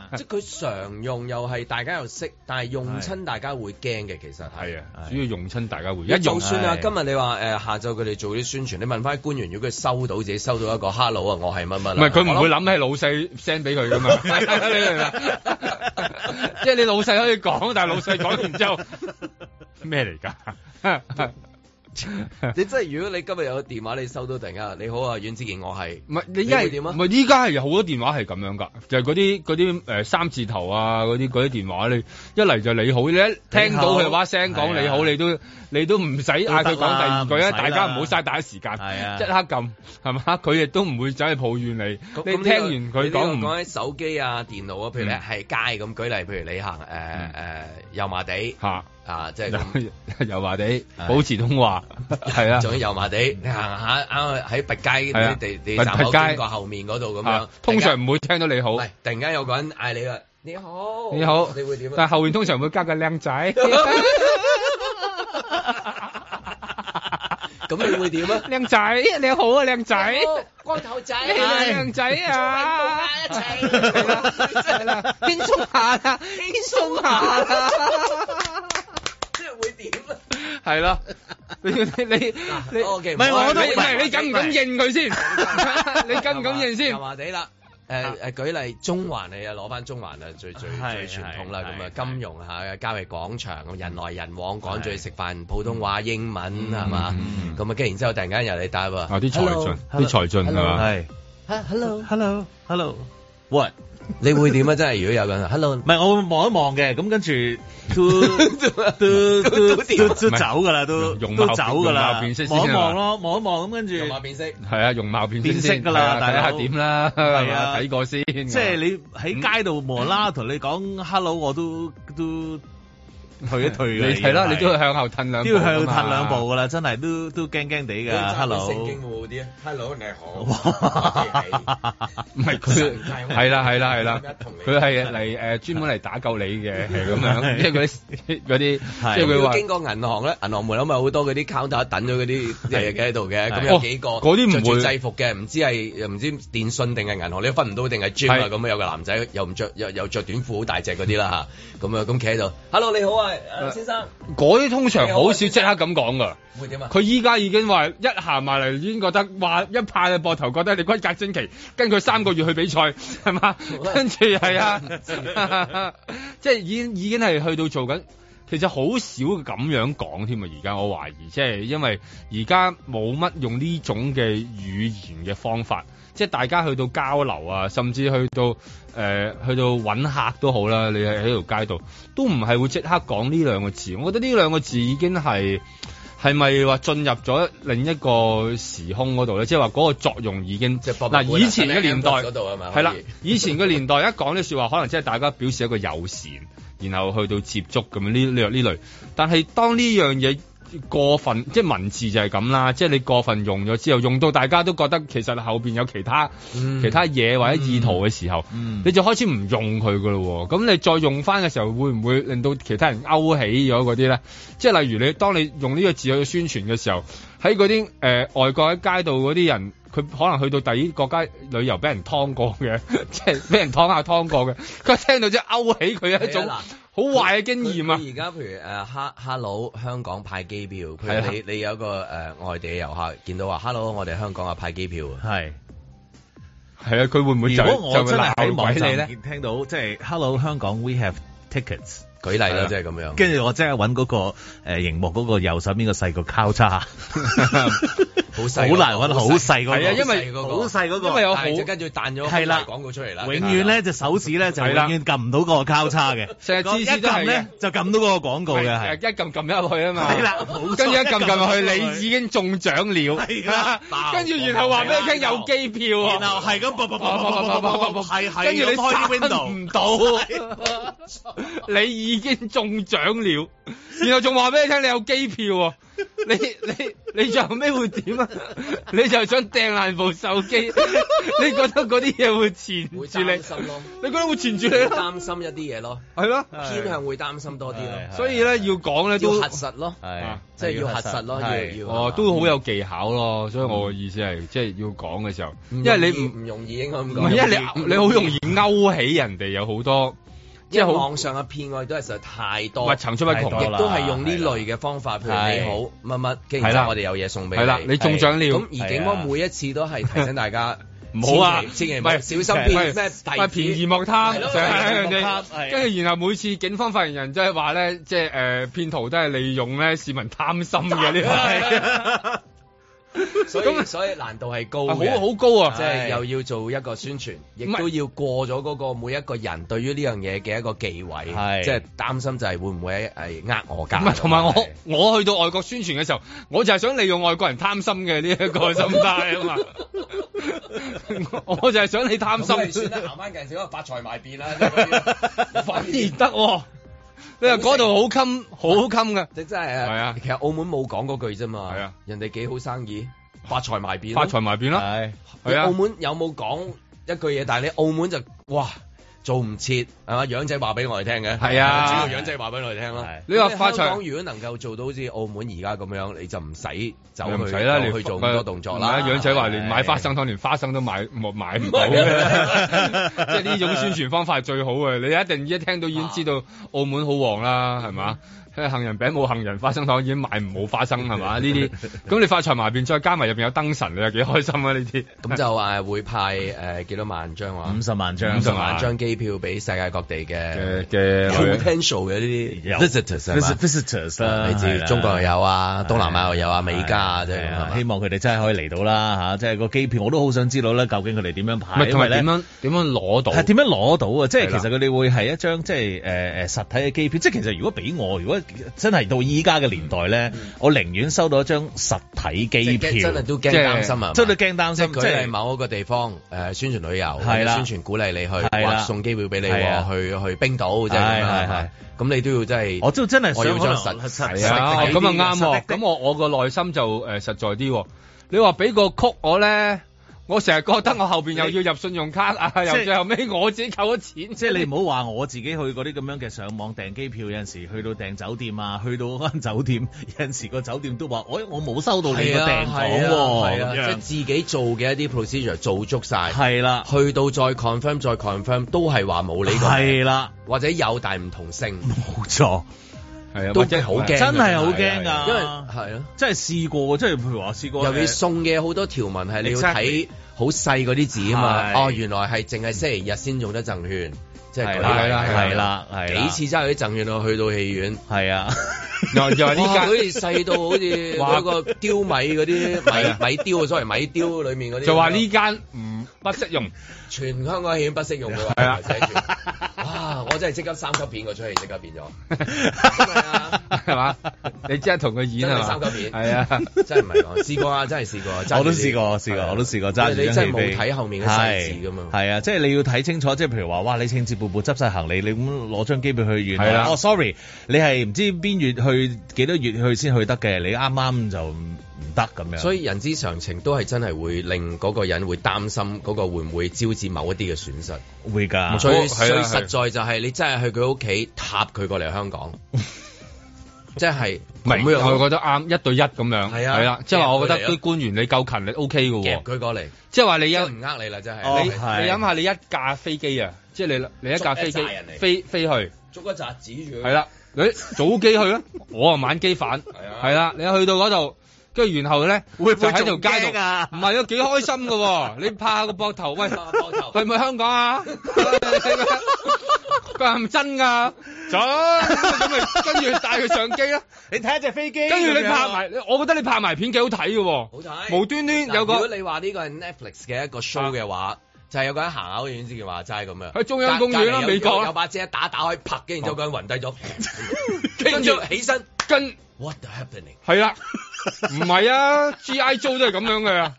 S2: 怪，即係佢常用又係大家又識，但係用親大家會驚嘅，其實係
S3: 係啊，主要 <laughs> 用親大家會一
S2: 一
S3: 用
S2: 就算啊，
S4: 係
S2: 今日你話誒、下晝佢哋做啲宣傳，你問翻官員，如果佢收到自己收到一個 hello 啊，我係乜乜啦
S3: 唔係佢唔會
S2: 我諗
S3: 諗係老細 send 俾佢噶
S2: <laughs>
S3: 嘛， <laughs> 你明唔明啊即係你老細可以講，但係老細講完之後 <laughs> 咩嚟㗎？
S2: <laughs> 你真係如果你今日有個電話，你收到突然間你好啊，阮子健，我係
S3: 唔係你
S2: 你
S3: 因
S2: 會
S3: 為
S2: 點啊
S3: 唔係依家係有好多電話係咁樣㗎，就係嗰啲嗰啲誒三字頭啊嗰啲嗰啲電話，你一嚟就你好，你一聽到佢把聲
S4: 你
S3: 講
S4: 好
S3: 你好，
S4: 係啊
S3: 你都你都唔使嗌佢講
S4: 都得
S3: 第
S4: 啦唔使
S3: 二句啊，大
S4: 啦
S3: 家唔好嘥大家時間，
S4: 係啊
S3: 即刻撳係嘛，佢亦都唔會走去抱怨你，
S2: 咁
S3: 你
S2: 咁
S3: 聽完佢講
S2: 呢
S3: 唔
S2: 個。講起手機啊、電腦啊，譬如你
S3: 嗯
S2: 喺街咁舉例，譬如你行誒誒油麻地
S3: <laughs> 嚇
S2: 啊，即係咁。
S3: <laughs> 又又話你保持通話，係啊，
S2: 仲有油麻地，你行下啱喺拔街
S3: 係啊
S2: 啲地地
S3: 拔
S2: 站口
S3: 拔街
S2: 經過後面嗰度咁樣
S3: 啊，通
S2: 突然
S3: 常唔會聽到你好
S2: 間唔，係突然間有個人嗌你啊，你好，
S3: 你好，
S2: 你會點
S3: 但
S2: 啊？
S3: 係後面通常
S2: <laughs>
S3: <laughs> <laughs> 會加個靚仔，
S2: 咁你會點啊？
S13: 靚仔，你好啊，靚仔，
S2: 光頭哎仔，
S13: 靚仔啊，
S2: 一齊
S13: 係啦，輕鬆下啦，輕鬆下啦，
S2: 即係會點啊？
S3: 係啦，你你你你，
S2: 唔
S3: 唔
S2: 係我都
S3: 唔係你敢唔敢應佢先？ <laughs> 你敢唔敢應先啊
S2: 油？麻地啦。誒誒，舉例中環你啊，攞翻中環啊，最最最
S3: 係
S2: 傳統啦，
S3: 係
S2: 咁啊
S3: 係
S2: 金融下嘅交易廣場，咁人來人往，趕住去食飯，普通話、英文係
S3: 嗯
S2: 嘛，咁啊，跟住然之後突然間由你帶喎，
S3: 啊啲財進
S2: Hello，
S3: 啲財進係嘛？
S4: 係 Hello，Hello，Hello。What？
S2: 你會點啊？真係如果有人 Hello，唔
S4: 係我會望一望嘅，咁跟住都
S3: <laughs>
S4: 都都
S3: 啊
S4: 都都走噶啦，都
S3: 容
S4: 都
S3: 貌
S4: 走噶
S3: 容貌
S4: 啦
S3: 辨識，先啊
S4: 望一望咯，望一望咁跟住，
S2: 變色。
S3: 係啊，容貌變
S4: 變色
S3: 先
S4: 㗎啦
S3: 係啊
S4: 大
S3: 睇下
S4: 佬
S3: 點啦，
S4: 係
S3: 係
S4: 啊
S3: 啊，嗯睇過先。
S4: 即係你喺街度無啦啦同你講 hello，我都都退一退㗎
S3: 你係啦，
S4: 已經係
S3: 你都要向後褪兩
S4: 都
S3: 步，
S4: 要向褪兩步。㗎啦，真係都都驚驚地㗎，hello。
S2: 聖經會好啲啊，Hello 你
S3: <laughs>
S2: 好，
S3: 唔係佢
S2: 神態
S3: 係啦係啦係啦
S2: 同，你
S3: <laughs> 佢係嚟誒專門嚟打救你 <laughs> 嘅，係咁樣，
S4: 係
S3: 即係嗰啲嗰啲，即係佢
S2: 要
S3: 話
S2: 經過銀行咧，銀行門口咪好多嗰啲 counter 等咗嗰啲嘢嘅喺度嘅，咁
S3: 係
S2: 有
S3: 哦
S2: 幾個
S3: 嗰啲唔
S2: 着住
S3: 會
S2: 制服嘅，唔知係唔知電信定係銀行，你都分唔到定係 gym 啊
S3: 係
S2: 咁有個男仔又唔着又又著短褲好大隻嗰啲啦嚇，咁啊咁企喺度，hello 你好啊，誒先生
S3: 嗰啲通常好少即刻咁講㗎。
S2: 會點啊？
S3: 佢依家已經話一行埋嚟已經覺得話一派你膊頭覺得你骨骼精奇，跟佢三個月去比賽係 <laughs> 嘛？跟住係 <laughs>
S2: <laughs>
S3: 啊， <laughs> 即係已經已經係去到做緊。其實好少咁樣講添啊！而家我懷疑，即係因為而家冇乜用呢種嘅語言嘅方法，即係大家去到交流啊，甚至去到誒、呃去到揾客都好啦，你喺喺條街度都唔係會即刻講呢兩個字。我覺得呢兩個字已經係。係咪話進入咗另一個時空嗰度咧？即係話嗰個作用已經
S2: 即係博物館啊
S3: 嗱，以前嘅年代
S2: 喺 Ambox 嗰度啊係咪
S3: 係啦
S2: 可以，
S3: 以前嘅年代一講呢説話，可能即係大家表示一個友善，然後去到接觸咁樣呢呢呢類。但係當呢樣嘢過分，即係文字就係咁啦，即係你過分用咗之後，用到大家都覺得其實後邊有其他、
S2: 嗯
S3: 其他嘢或者意圖嘅時候，
S4: 嗯
S3: 你就開始唔用佢噶咯喎。咁你再用翻嘅時候，會唔會令到其他人勾起咗嗰啲咧？即係例如你當你用呢個字去宣傳嘅時候，喺嗰啲誒外國喺街度嗰啲人。佢可能去到第二國家旅遊，俾人劏過嘅， <laughs> 即係俾人劏下劏過嘅。佢聽到即係勾起佢一種
S2: 係啊
S3: 好壞嘅經驗啊！
S2: 佢而家譬如誒哈 hello 香港派機票，
S3: 係
S2: 譬
S3: 啊
S2: 如你你有一個誒外地嘅遊客見到話 hello 我哋香港啊派機票啊。
S4: 係。
S3: 係啊，佢會唔會就
S4: 如果我
S3: 就會
S4: 真係喺網
S3: 鬧鬼你
S4: 站
S3: 咧？
S4: 聽到即係 Hello 香港 We have tickets。
S2: 舉例
S3: 係
S2: 啦，
S3: 啦
S2: 即係咁樣。
S4: 跟住我即刻揾嗰個誒熒幕嗰個右手邊個細個交
S3: <laughs>
S4: 叉，
S2: 好
S4: 好
S2: 細
S4: 好難揾，好細嗰個，
S3: 係啊因為
S4: 好細嗰個，
S3: 因為有好
S2: 但係就跟住彈咗
S4: 係啦
S2: 廣告出嚟啦。
S4: 永遠咧隻手指咧就
S3: 係
S4: 永
S3: 啦
S4: 遠撳唔到嗰個交叉嘅，
S3: 成日
S4: 一
S3: 次次都
S4: 撳
S3: 係嘅
S4: 咧就撳到嗰個廣告嘅
S3: 係
S4: 係。
S3: 一撳撳入去啊嘛，
S4: 係啦冇錯
S3: 跟住一撳撳
S4: 一撳
S3: 入
S4: 撳入
S3: 去，
S4: 去
S3: 你已經中獎了，
S4: 係啦
S3: 跟住然後話俾你聽有機票喎，
S4: 然後係咁，啵啵啵啵啵啵啵，係係
S3: <laughs> 跟住
S4: 咁
S3: 你
S4: 開啲
S3: 閂
S4: window，
S3: 唔
S2: 啊
S3: 到，你已經中獎了，然後仲話俾你聽你有機票喎。你你你最後尾會點啊？你就想掟爛部手機，你覺得嗰啲嘢會纏
S2: 會
S3: 住你
S2: 擔心咯，
S3: 你覺得會纏住你
S2: 會
S3: 咯？
S2: 擔心一啲嘢咯，
S3: 係咯，
S2: 偏向會擔心多啲
S4: 係
S2: 咯，
S3: 所以咧要講咧
S2: 要
S3: 都
S2: 核實咯，
S4: 係
S2: 啊即係要核實咯，要要。
S3: 哦，都好有技巧咯，所以我嘅意思係即係要講嘅時候，
S2: 唔容
S3: 因
S2: 易，
S3: 為你唔
S2: 唔容易應該咁
S3: 唔係
S2: 講，
S3: 因為你你好容易勾起人哋有好多即
S2: 因為
S3: 係好
S2: 網上嘅騙案都係實在太多
S3: 咪，層出不窮
S2: 亦都係用呢類嘅方法，譬如你
S4: 係
S2: 好乜乜，跟住
S3: 係
S2: 之
S3: 啦
S2: 後我哋有嘢送俾
S3: 係啦，你中獎了
S2: 咁。而警方每一次都係提醒大家
S3: <laughs> 唔好啊！
S2: 千祈千祈唔
S3: 喂
S2: 好小心
S3: 喂
S2: 騙咩
S3: 喂
S2: 弟
S3: 便
S2: 子
S3: 宜莫貪，
S2: 係
S3: 就
S2: 咯
S3: 係
S4: 便宜莫貪係
S3: 人哋。
S4: 啊
S3: 跟住然後每次警方發言人即係話咧，即係誒騙徒都係利用咧市民貪心嘅呢
S2: 所以所以難度係高
S3: 個，好
S2: 嘅
S3: 好高啊！
S2: 即係又要做一個宣傳，亦都要過咗嗰個每一個人對於呢樣嘢嘅一個忌諱，
S4: 係
S2: 即係擔心就係會唔會係呃我㗎？
S3: 唔係，同埋我
S2: 係
S3: 我去到外國宣傳嘅時候，我就係想利用外國人貪心嘅呢一個心態啊嘛。我我就係想你貪
S2: 咁你
S3: 心，
S2: 算啦，行翻近少，發財埋變啦，
S3: 反而
S2: 即
S3: 得喎。你話嗰度好襟，好襟㗎，
S2: 係真係
S3: 係
S2: 啊
S3: 啊！
S2: 其實澳門冇講嗰句啫嘛，
S3: 係啊，
S2: 人哋幾好生意，發財埋變咯，
S3: 發財埋變啦，
S4: 係
S2: 你
S3: 係啊
S2: 澳門有冇講一句嘢？但係你澳門就哇，做唔切係嘛？養仔話俾我哋聽嘅，
S3: 係啊
S2: 主要養仔話俾我哋聽咯。
S3: 你話發財
S2: 香港如果能夠做到好似澳門而家咁樣，你就唔使走
S3: 唔
S2: 去
S3: 使啦，
S2: 走
S3: 你
S2: 去做咁多動作啦。
S3: 養仔話連買花生湯，
S2: <laughs>
S3: 連花生都買冇買唔到嘅，即係呢種宣傳方法係最好嘅。你一定一聽到已經知道澳門好
S2: <laughs>
S3: 旺啦，係嘛？杏仁餅冇杏仁，花生糖已經賣冇花生
S2: <laughs>
S3: 係嘛？呢啲咁你發財埋邊，再加埋入邊有燈神，你又幾開心啊！呢啲
S2: 咁就誒會派誒幾多萬張話？
S4: 五十萬張
S2: 五十萬張機票俾世界各地嘅
S3: 嘅
S2: potential 嘅呢啲 visitors 係嘛
S4: visitors 啦，
S2: 你
S4: 係
S2: 知
S4: 啦
S2: 中國又有啊，東南亞又有啊，美加啊，即係咁
S4: 係
S2: 係
S4: 啊
S2: 嘛
S4: 希望佢哋真係可以嚟到啦嚇，即係個機票我都好想知道咧，究竟佢哋點樣
S3: 唔
S4: 排，
S3: 係同埋
S4: 因為呢
S3: 點樣點樣攞到
S4: 係點樣攞到啊？即係
S3: 係
S4: 其
S3: 啦
S4: 實佢哋會係一張即係誒誒實體嘅機票。即係其實如果俾我，如果真係到依家嘅年代咧，我寧願收到一張實體機票。
S2: 嗯即係真係都驚擔心啊！
S4: 真係驚擔心，
S2: 即係佢係某一個地方誒宣傳旅遊，
S4: 係啦
S2: 或者宣傳鼓勵你
S4: 係
S2: 去，
S4: 啦
S2: 或送機票俾你
S4: 係啊
S2: 喎，去去冰島即係咁
S4: 係
S2: 樣
S4: 係
S2: 係咪咁你都要真係
S4: 我都真係
S2: 我要
S4: 想可能
S2: 張實
S4: 實
S2: 係
S3: 係啊，
S2: 啊
S3: 哦咁啊啱
S4: 實
S3: 喎。
S4: 的
S3: 咁我我個內心就誒、呃、實在啲喎。你話俾個曲我咧，我成日覺得我後邊又要入信用卡啊，
S4: 即
S3: 又
S4: 係
S3: 最後尾我自己扣咗錢。
S4: 即係你唔好話我自己去嗰啲咁樣嘅上網訂機票，有陣時去到訂酒店啊，去到嗰間酒店， <laughs> 有陣時個酒店都話：我我冇收到你個訂房喎。
S2: 啊係啊
S4: 咁
S2: 即係
S4: 樣
S2: 自己做嘅一啲 procedure 做足晒，
S4: 係啦，
S2: 去到再 confirm 再 confirm 都係話冇呢個，
S4: 係啦，
S2: 或者有但係唔同
S4: <laughs>
S2: 性，
S4: 冇錯。
S3: 係啊
S2: 都好驚㗎，
S4: 真係好
S2: 係
S4: 驚
S2: 啊
S4: 㗎，
S2: 因為係啊。
S4: 真係試過，即係譬如話試過，
S2: 尤其
S4: 呃
S2: 送嘅好多條文係你要
S4: Exactly
S2: 睇好細嗰啲字啊嘛，
S4: 係
S2: 哦原來係淨係星期日先用得贈券，即係
S4: 係
S2: 舉例
S4: 啦係
S2: 係
S4: 啦係啦
S2: 幾次揸佢啲贈券我去到戲院，
S4: 係啊，
S3: 又又係呢
S2: 哇好 <laughs>
S3: 間，
S2: 似細到好似
S3: 哇
S2: 嗰個雕米嗰啲米米雕啊，所謂米雕裡面嗰啲，
S3: 就話呢間唔不適用。
S2: 全香港戲院不適用嘅喎，
S3: 係啊
S2: 寫住哇！我真係即刻三級片嗰出戲即刻變咗，係啊
S3: 係嘛？你即係同佢演
S2: 真係
S3: 係
S2: 三級片，
S3: 嘛？係啊，
S2: 真係唔係講，試過啊，真係試過啊，揸住
S4: 我都
S2: 啲
S4: 試過，試過，我都試過揸住
S2: 你
S4: 張
S2: 真
S4: 戲
S2: 係
S4: 飛
S2: 冇睇後面嘅細字㗎嘛
S4: 係係啊，即係你要睇清楚，即係譬如話，哇，你興致勃勃執晒行李，你咁攞張機票去遠，
S3: 係啦
S4: 哦，sorry，你係唔知邊月去幾多月去先去得嘅，你啱啱就唔得咁
S3: 啊
S4: 樣。
S2: 所以人之常情都係真係會令嗰個人會擔心嗰個會唔會招致某一啲嘅損失。
S4: 會㗎，
S2: 最
S3: 係啊
S2: 最
S3: 係啊
S2: 實在就係你真係去佢屋企塔佢過嚟香港，即係
S3: 唔係，
S2: 咁樣
S3: 我覺得啱一對一咁樣，
S2: 係啊
S3: 係啦，即係話我覺
S2: 夾佢
S3: 得
S2: 嚟啊
S3: 啲官員你夠勤力 O K 嘅
S2: 夾
S3: 喎，
S2: 佢過嚟，
S3: 即係話你
S2: 即係
S3: 有
S2: 唔呃你啦，真
S4: 哦
S2: 係
S3: 你你
S4: 係
S3: 諗下你一架飛機啊，即係你你一架飛機
S2: 捉一紮人嚟
S3: 飛飛去。
S2: 捉一扎指住佢
S3: 係，啦，你早機去
S2: <laughs>
S3: 啦，我啊晚機返，
S2: 啊
S3: 係啦，你去到嗰度，跟住然後咧，會
S4: 會
S3: 喺條
S4: 仲
S3: 街度，
S4: 驚啊
S3: 唔係啊，幾開心㗎喎， <laughs> 你拍個膊頭，喂，
S2: 拍個膊頭
S3: 係咪香
S2: <laughs>
S3: 港啊？佢話唔真㗎，準咁咪跟住帶佢上機啦，
S4: 你睇一隻飛機，
S3: 跟住你
S4: 咁樣
S3: 拍埋，我覺得你拍埋片幾好睇㗎喎，
S2: 好睇
S3: 無端端
S2: 嗱
S3: 有個啊
S2: 如果你話呢個係 Netflix 嘅一個 show 嘅話。就係有個人行下院之前話齋咁樣，
S3: 喺中央公園啦
S2: 隔隔離有
S3: 美國啦
S2: 有把遮打打開，拍嘅，然之後個人暈低
S3: <laughs>
S2: 咗，跟
S3: 跟
S2: 住
S3: 住
S2: 起身
S3: 跟
S2: ，what the happening？
S3: 係啦，唔係啊，G.I. Joe 都係咁樣嘅。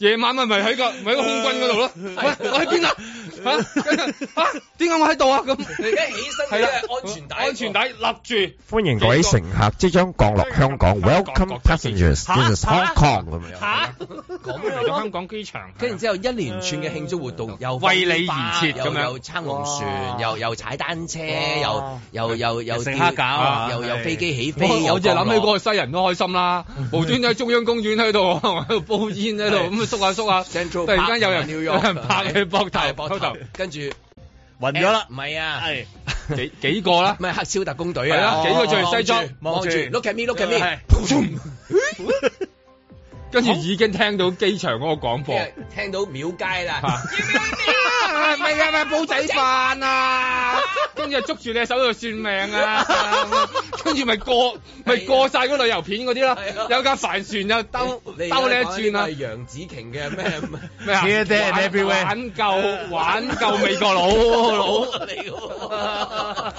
S3: 夜晚咪咪喺個咪喺個空軍嗰度咯。喂，我喺
S2: <laughs>
S3: 邊啊？嚇跟住啊？點解我喺度啊？咁
S2: 你而家起身
S3: 係
S2: 嘅
S3: 啦，
S2: 安全帶，
S3: 安全帶立住。
S14: 歡迎各位乘客即將降落香
S2: <laughs>
S14: 港，Welcome passengers，this is Hong Kong 咁樣。
S3: 嚇！
S2: 咁
S3: 嚟到
S2: 樣
S3: 香港機場，
S2: 跟住之後一連串嘅慶祝活動，又
S3: 嗯為你而設
S2: 又
S3: 咁樣
S2: 又撐龍船，又又踩單車，又又又又
S4: 食蝦餃啊
S2: 又又
S4: 係
S2: 飛機起飛，
S3: 我
S2: 又
S3: 我就諗起
S2: 降
S3: 嗰
S2: 落
S3: 個西人都開心啦，無端端喺中央公園喺度喺度煲煙喺度咁縮下縮下，
S2: Central
S3: 突然間有
S2: Park
S3: 人
S2: 同埋
S3: 有人 <laughs> 拍你膊頭
S2: 拍你膊頭
S3: 膊頭，
S2: 跟住
S4: 暈咗啦
S2: 唔，係啊，
S4: 係
S3: 幾幾個啦，
S2: 咩黑超特工隊
S3: 係
S2: 啊
S3: 啊，幾個着西裝
S2: 望
S4: 望
S2: 住
S4: 住
S2: ，look at me，look at
S4: 係
S2: me，
S3: 跟住已經聽到機場嗰個廣播。
S2: 聽到廟街啦， <laughs>
S3: <laughs> 啊咪啊咪煲仔飯啊，跟住就捉住你手度算命
S2: <laughs>
S3: 啊，跟住咪過咪過晒嗰旅遊片嗰啲啦
S2: 啊係啊，
S3: 有架帆船又兜兜你一轉啊
S2: 係，楊紫瓊嘅
S3: <laughs>
S2: 咩？
S3: 咩啊
S4: Here, there, and everywhere
S3: 玩夠玩夠美國佬佬， <laughs>
S2: 嚟喎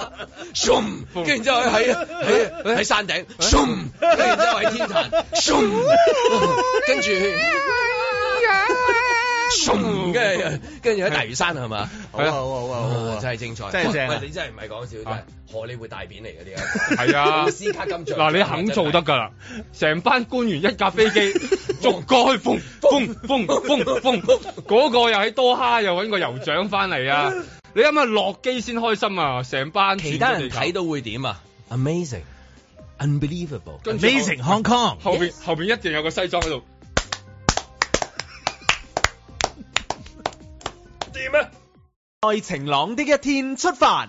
S2: zoom，跟
S3: 嗯
S2: 住之後喺喺喺山頂 zoom，跟住之後喺天壇 zoom，跟住
S3: 嗯
S2: zoom，跟住跟住喺大嶼山係嘛？
S4: 好啊好啊好啊好啊
S2: 真係精彩，
S4: 真係正啊
S2: 喂，你真係唔係講笑，真係
S3: 啊
S2: 荷里活大片嚟嗰啲啊，
S3: 係
S2: <laughs>
S3: 啊
S2: 奧斯卡金像
S3: 嗱你肯做得㗎啦，成班官員一架
S2: <laughs>
S3: 飛機逐個去
S2: <laughs>
S3: 風風風風風，嗰個又喺多哈又揾個酋長翻嚟啊！你諗下落機先開心啊！成班
S2: 其他人睇到會點啊？Amazing, unbelievable,
S3: 跟住後
S4: Amazing Hong Kong
S3: 後邊後邊一定有個西裝喺度。點啊？
S5: 在晴朗的一天出發。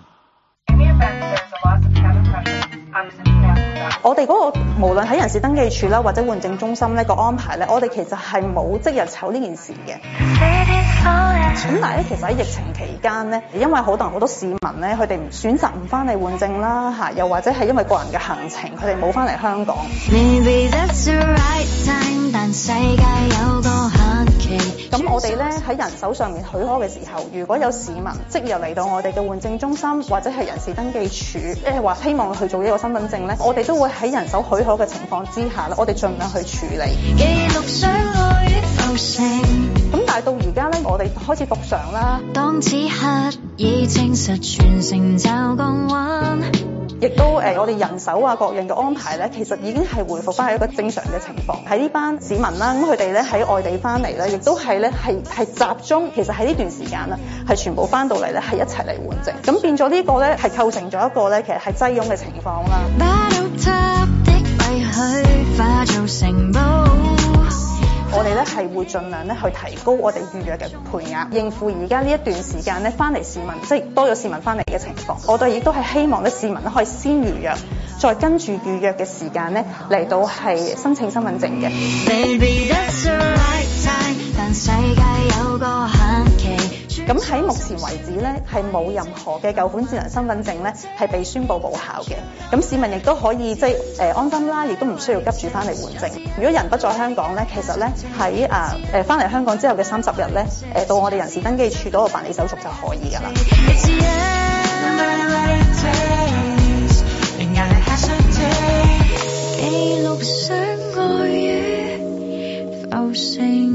S15: 我哋嗰、個無論喺人事登記處啦，或者換證中心呢個安排咧，我哋其實係冇即日籌呢件事嘅。咁但係咧，其實喺疫情期間咧，因為好多人好多市民咧，佢哋唔選擇唔翻嚟換證啦嚇，又或者係因為個人嘅行程，佢哋冇翻嚟香港。
S16: Maybe that's the right time，但世界有個限期。
S15: 咁我哋咧喺人手上面許可嘅時候，如果有市民即日嚟到我哋嘅換證中心或者係人事登記處，即係話希望去做呢個身份證咧，我哋都會喺人手許可嘅情況之下咧，我哋盡量去處理。
S16: 記錄相愛的浮城，
S15: 咁但係到而家咧，我哋開始復常啦，
S16: 當此刻已證實全城就降溫。
S15: 亦都誒、呃我哋人手啊各樣嘅安排咧，其實已經係回復翻係一個正常嘅情況。喺呢班市民啦，咁佢哋咧喺外地翻嚟咧，亦都係咧係係集中，其實喺呢段時間啦，係全部翻到嚟咧係一齊嚟換證，咁變咗呢個咧係構成咗一個咧其實係擠擁嘅情況啦。
S16: Top 的廢墟化做城堡，
S15: 我哋咧係會盡量咧去提高我哋預約嘅配額，應付而家呢一段時間咧翻嚟市民即係多咗市民翻嚟嘅情況。我哋亦都係希望咧市民咧可以先預約，再跟住預約嘅時間咧嚟到係申請身份證嘅。
S16: Baby that's the right time，但世界有個限期。
S15: 咁喺目前為止咧，係冇任何嘅舊款智能身份證咧係被宣布無效嘅。咁市民亦都可以即係誒安心啦，亦都唔需要急住翻嚟換證。如果人不在香港咧，其實咧喺啊誒翻嚟香港之後嘅三十日咧，誒、到我哋人事登記處嗰度辦理手續就可以㗎啦。
S16: It's the end of what it takes，ain't gotta hesitate。記錄相愛與浮城。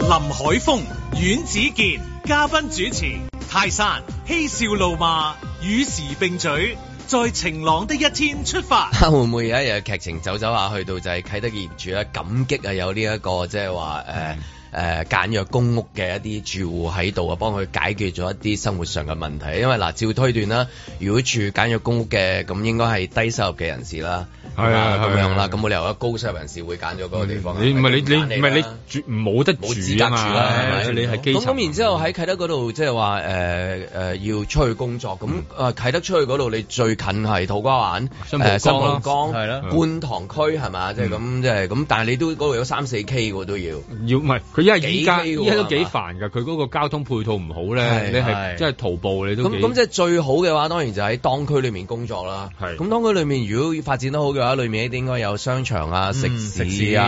S1: 林海峰、阮子健嘉賓主持，泰山嬉笑怒罵，與時並舉，在晴朗的一天出發。
S2: <laughs> 會唔會有一日劇情走走下去到就係啟德業主咧感激啊有呢、一個即係話誒誒簡約公屋嘅一啲住戶喺度啊，幫佢解決咗一啲生活上嘅問題。因為嗱、照推斷啦，如果住簡約公屋嘅咁應該係低收入嘅人士啦，
S3: 係啊
S2: 咁
S3: 係
S2: 樣
S3: 啊
S2: 啦，咁冇理由一高收入人士會揀咗嗰個地方啊。
S3: 你唔係你你
S2: 揀
S3: 唔係你
S2: 啦
S3: 住冇得
S2: 冇資
S3: 住
S2: 格
S3: 啊
S2: 住
S3: 嘛，
S2: 啦，
S3: 係
S2: 係
S3: 啊
S2: 咪
S3: 你係基
S2: 咁
S3: 層。
S2: 咁然之後喺啟德嗰度即係話誒誒要出去工作，咁誒啟德出去嗰度你最近係土瓜灣、
S3: 嗯新蒲崗啦
S2: 誒新蒲崗、
S3: 係啦嗯
S2: 觀塘區係嘛？即係咁即係咁，但係你都嗰度有三四 K 喎都要。
S3: 要唔係佢因為依家
S2: 幾飛喎
S3: 依家都
S2: 係
S3: 幾
S2: 嘛
S3: 煩㗎，佢嗰個交通配套唔好
S2: 係
S3: 咧，你係
S2: 係
S3: 即係徒步你都
S2: 咁咁即
S3: 係
S2: 係最好嘅話，當然就喺當區裏面工作啦。咁當區裏面如果發展得好嘅話，裏面一定應該有商場啊、食
S3: 嗯
S2: 肆啊。
S4: 食肆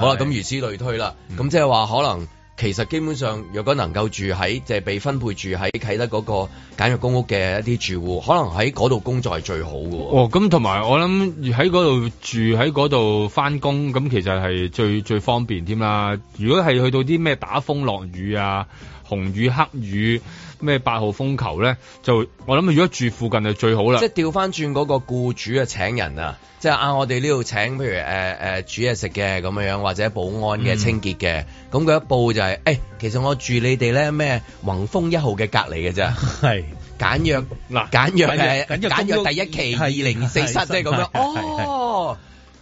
S2: 好啦，
S4: 係
S2: 咁如此類推啦。咁即係話可能。其實基本上，若果能夠住喺即係被分配住喺啟德嗰個簡約公屋嘅一啲住戶，可能喺嗰度工作係最好嘅喎。
S3: 哦，咁同埋我諗喺嗰度住喺嗰度翻工，咁其實係最最方便添啦。如果係去到啲咩打風落雨啊、紅雨黑雨、咩八號風球咧，就我諗如果住附近就最好啦
S2: 即。係調翻轉嗰個僱主啊請人啊，即係啊我哋呢度請譬如誒誒、呃煮嘢食嘅咁樣樣，或者保安嘅、
S3: 嗯
S2: 清潔嘅，咁佢一報就係、誒、其實我住你哋咧咩宏豐一號嘅隔離嘅啫，
S4: 係
S2: 簡約嗱簡約
S4: 簡約
S2: 誒
S4: 簡約
S2: 簡
S4: 公屋
S2: 約第一期
S4: 係
S2: 二零四室
S4: 係
S2: 即係咁樣
S4: 係係
S2: 哦。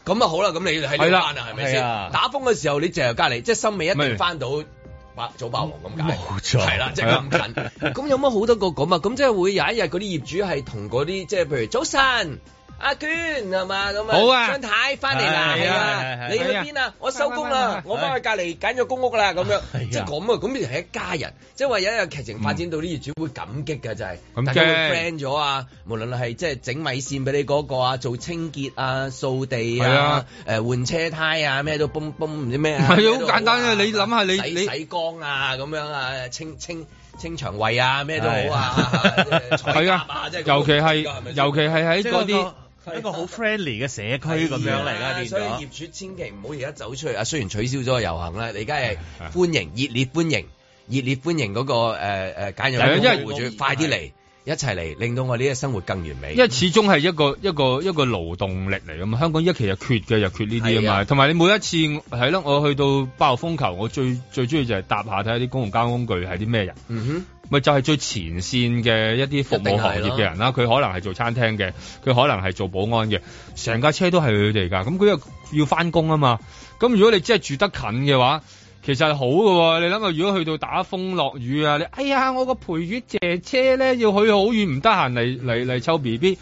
S2: 咁啊好啦，咁你喺呢
S4: 係
S2: 班
S4: 啦
S2: 啊，係咪
S4: 係
S2: 先？
S4: 啊
S2: 打風嘅時候，你淨係隔離，即係心尾一
S4: 咪
S2: 定翻到白早霸王咁解。
S4: 冇錯
S2: 係啦，即啊
S7: 啊
S2: 係咁近。咁有乜好得過咁啊？咁即係會有一日嗰啲業主係同嗰啲即係譬如早晨。阿娟係嘛咁啊？
S13: 好啊
S2: 張太翻嚟啦，
S13: 係
S2: 係
S13: 啊係
S2: 啊，
S13: 啊
S2: 你去
S13: 係啊
S2: 邊啊？我收工
S13: 係啊
S2: 啦，我翻去隔離揀咗公屋啦，咁樣即係咁啊！咁變成係一家人，即係話有一日劇情發展到啲業主會感激嘅就係，
S3: 咁
S2: 大家會
S3: 驚
S2: friend 咗啊！無論係即係整米線俾你嗰個啊，做清潔啊、掃地
S3: 係
S2: 啊
S3: 啊、
S2: 誒換車胎啊，咩都泵泵唔知咩
S3: 係
S2: 啊，
S3: 好
S2: 咩都
S3: 簡單啊！你諗下你
S2: 洗
S3: 你
S2: 洗光啊，咁樣啊，清清清腸胃啊，咩都好 <laughs> 啊，
S3: 係啊，尤其係尤其係喺嗰啲。
S4: 一個好 friendly 嘅社區咁樣嚟啦，變
S2: 啊所以業
S4: 咗。
S2: 主千祈唔好而家走出去啊！雖然取消咗個遊行啦，你而家係歡迎熱烈歡迎，熱烈歡迎嗰個誒誒簡
S3: 係啊
S2: 約
S3: 因為
S2: 公屋戶主快啲嚟，一齊嚟，令到我哋嘅生活更完美。
S3: 因為始終係一個一個一個勞動力嚟噶嘛，香港一期就缺嘅，又缺呢啲啊
S2: 係
S3: 嘛，
S2: 啊
S3: 同埋你每一次係咯，我去到八號風球，我最最中意就係搭下睇下啲公共交通工具係啲咩人。
S2: 嗯
S3: 咪就係最前線嘅一啲服務行業嘅人啦，佢可能係做餐廳嘅，佢可能係做保安嘅，成架車都係佢哋㗎。咁佢又要翻工啊嘛。咁如果你真係住得近嘅話，其實係好嘅喎。你諗下，如果去到打風落雨啊，你哎呀，我個陪月姐姐咧要去好遠，唔得閒嚟嚟嚟湊 B B。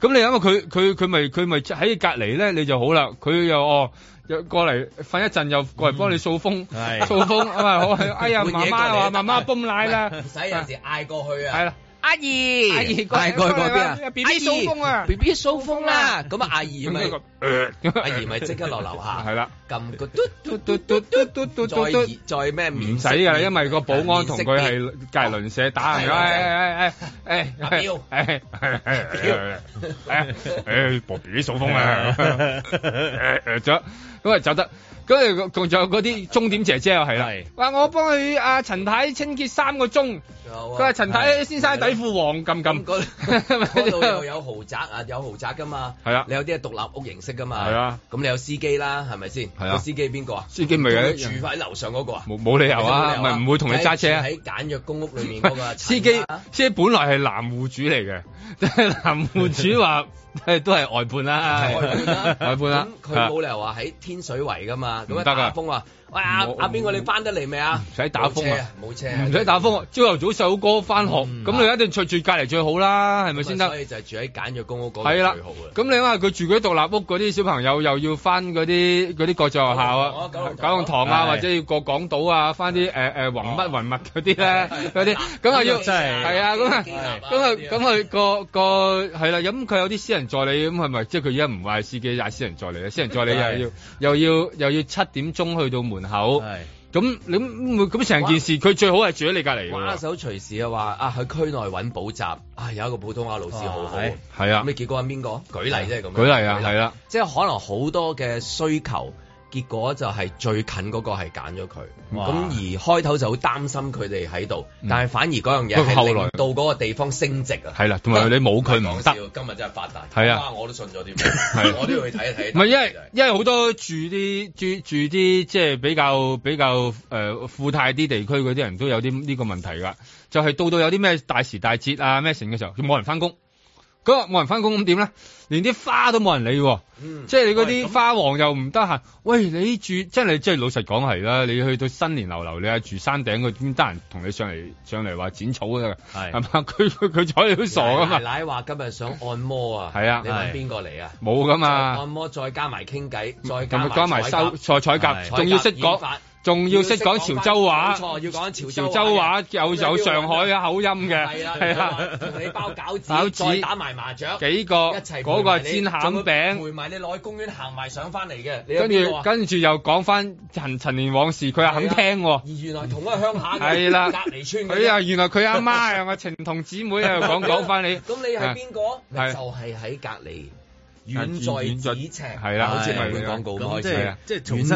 S3: 咁你諗下佢佢佢咪佢咪喺隔離咧，你就好啦。佢又哦。又過嚟瞓一陣，又過嚟幫你掃風，
S2: 嗯係 <laughs>
S3: 掃風啊嘛！好，哎呀，
S2: 半
S3: 媽
S2: 夜
S3: 媽
S2: <laughs>
S3: 話
S2: 過嚟
S3: 媽媽泵奶啦，
S2: 唔使有時嗌過去啊。
S3: 係啦。
S2: 阿姨，
S3: 阿姨過嚟
S2: <laughs> 嗌過去嗰邊
S3: <laughs> 過嚟啦
S2: 啊
S3: BB 掃風啊
S2: ，B B 掃風啦，咁啊阿姨咪
S3: 咁佢個
S2: 阿姨咪即刻落樓
S3: <laughs>
S2: 下，
S3: 係啦，
S2: 撳個嘟
S3: 嘟嘟嘟嘟嘟嘟 <laughs>
S2: 再
S3: 嘟
S2: 移再咩
S3: 唔
S2: 面
S3: 使㗎啦，
S2: 色
S3: 因為個保安
S2: 啊
S3: 同佢係隔離鄰舍打人㗎，哎誒誒誒誒，
S2: 阿彪
S3: 誒誒誒誒誒，薄皮掃
S2: <laughs>
S3: 風啊，誒誒走，咁啊走得，跟住仲仲有嗰啲鐘點姐姐又係啦，話我幫佢阿陳太清潔三個鐘，佢話陳太先生底褲黃咁咁， <laughs>
S2: 嗰度又有豪宅啊，有豪宅噶嘛，
S3: 係啊
S2: 你有啲係獨立屋形式噶嘛，
S3: 係啊，
S2: 咁你有司機啦，係咪先？
S3: 係啊
S2: 個司機邊個啊？
S3: 司機咪係
S2: 住喺樓上嗰個啊？
S3: 冇冇理由啊
S2: 冇理
S3: 咪唔會同你揸車啊
S2: 喺喺簡約公屋裏面
S3: <laughs>
S2: 嗰個啊
S3: 司機司機本來係男戶主嚟嘅， <laughs> 但係男戶主話都係外判啦，
S2: 外判啦，
S3: 外判啦，啊
S2: 咁佢冇理由話喺天水圍噶嘛，咁
S3: 唔
S2: 啊
S3: 得㗎
S2: 打風話，喂阿
S3: 冇
S2: 阿邊個你翻得嚟未啊？
S3: 唔使打風啊，
S2: 冇車啊，嗯
S3: 唔使打風啊，朝頭早細佬哥翻學，咁你一定著住隔離最好啦，係咪先
S2: 啊所
S3: 得？
S2: 以就係住喺簡約公屋嗰個
S3: 係啦
S2: 最好啊。，
S3: 咁你諗下佢住嗰啲獨立屋嗰啲小朋友又要翻嗰啲嗰啲國際學校啊，九龍塘啊，
S2: 係
S3: 或者要過港島啊，翻啲誒誒雲乜雲乜嗰啲咧，嗰啲咁啊要
S2: 真係
S3: 係啊，咁啊
S2: 機立啊
S3: 咁啊咁佢個個係啦，咁佢有啲私人助理咁係咪？即係佢而家唔嗌司機嗌私人助理咧，私人助理又
S2: 係
S3: 要又要又要七點鐘去到門口，咁你咁咁成件事佢最好係住喺你隔離㗎
S2: 畫
S3: 喎。
S2: 手隨時啊話啊喺區內揾補習啊有一個普通話老師好好，
S3: 係係啊
S2: 咁你結果揾邊個？舉例即係咁樣。
S3: 舉例啊，係啦。
S2: 即係可能好多嘅需求，結果就係最近嗰個係揀咗佢。
S3: 哇
S2: 咁
S3: 嗯
S2: 而開頭就好擔心佢哋喺度，但係反而嗰樣嘢
S3: 不過
S2: 係
S3: 後來
S2: 令到嗰個地方升值啊。
S3: 係啦，同埋你冇佢唔得。
S2: 今日真係發達，
S3: 係啊
S2: 我都信咗啲
S3: 係啊
S2: 咩，我都要去睇一睇。
S3: 唔係因為因為好多住啲住住啲即係比較比較誒、呃、富態啲地區嗰啲人都有啲呢個問題㗎，就係、到到有啲咩大時大節啊咩成嘅時候，冇人翻工。嗰日冇人翻工咁點咧？連啲花都冇人理喎，
S2: 嗯
S3: 即係你嗰啲花王又唔得閒。喂，你住真係即係老實講係啦，你去到新年流流，你啊係住山頂，佢點得閒同你上嚟上嚟話剪草㗎？係嘛？佢佢佢睬你都傻㗎嘛
S2: 奶？奶話今日想按摩啊，
S3: 係啊
S2: 你揾邊個嚟啊？
S3: 冇㗎嘛
S2: 再按摩再加埋傾偈，再加
S3: 咁
S2: 埋
S3: 佢加埋收菜採甲，仲要識
S2: 講
S3: 講，仲要識講潮州話，
S2: 冇錯，要講
S3: 潮
S2: 潮啊
S3: 州啊話
S2: 話
S3: 有有上海嘅口音嘅，
S2: 係啦，
S3: 係
S2: 係
S3: 啦
S2: 啦，，同你包餃子，
S3: 餃子
S2: 再打埋麻雀，
S3: 幾個
S2: 一齊陪埋你
S3: 嗰個係煎餡餅
S2: 仲會陪埋你落去公園行埋上翻嚟嘅，你有
S3: 跟
S2: 邊個
S3: 住
S2: 啊
S3: 跟住又講翻陳陳年往事，佢又肯聽喎。
S2: 而原來同一個鄉下嘅，
S3: 係啦，
S2: 啊隔離村嘅啫
S3: 佢啊，原來佢
S2: <laughs>
S3: 阿媽係咪情同姊妹啊？又講講翻你，啊
S2: 咁你係邊個？咪
S3: 係啊
S2: 就係喺隔離。
S3: 遠
S2: 遠
S3: 在
S2: 在咫尺，
S3: 係啦，
S2: 好似賣
S3: 係啦
S2: 廣告
S3: 咁
S2: 咁
S3: 係
S2: 開
S3: 啊
S2: 始，
S4: 重
S3: 遠
S4: 新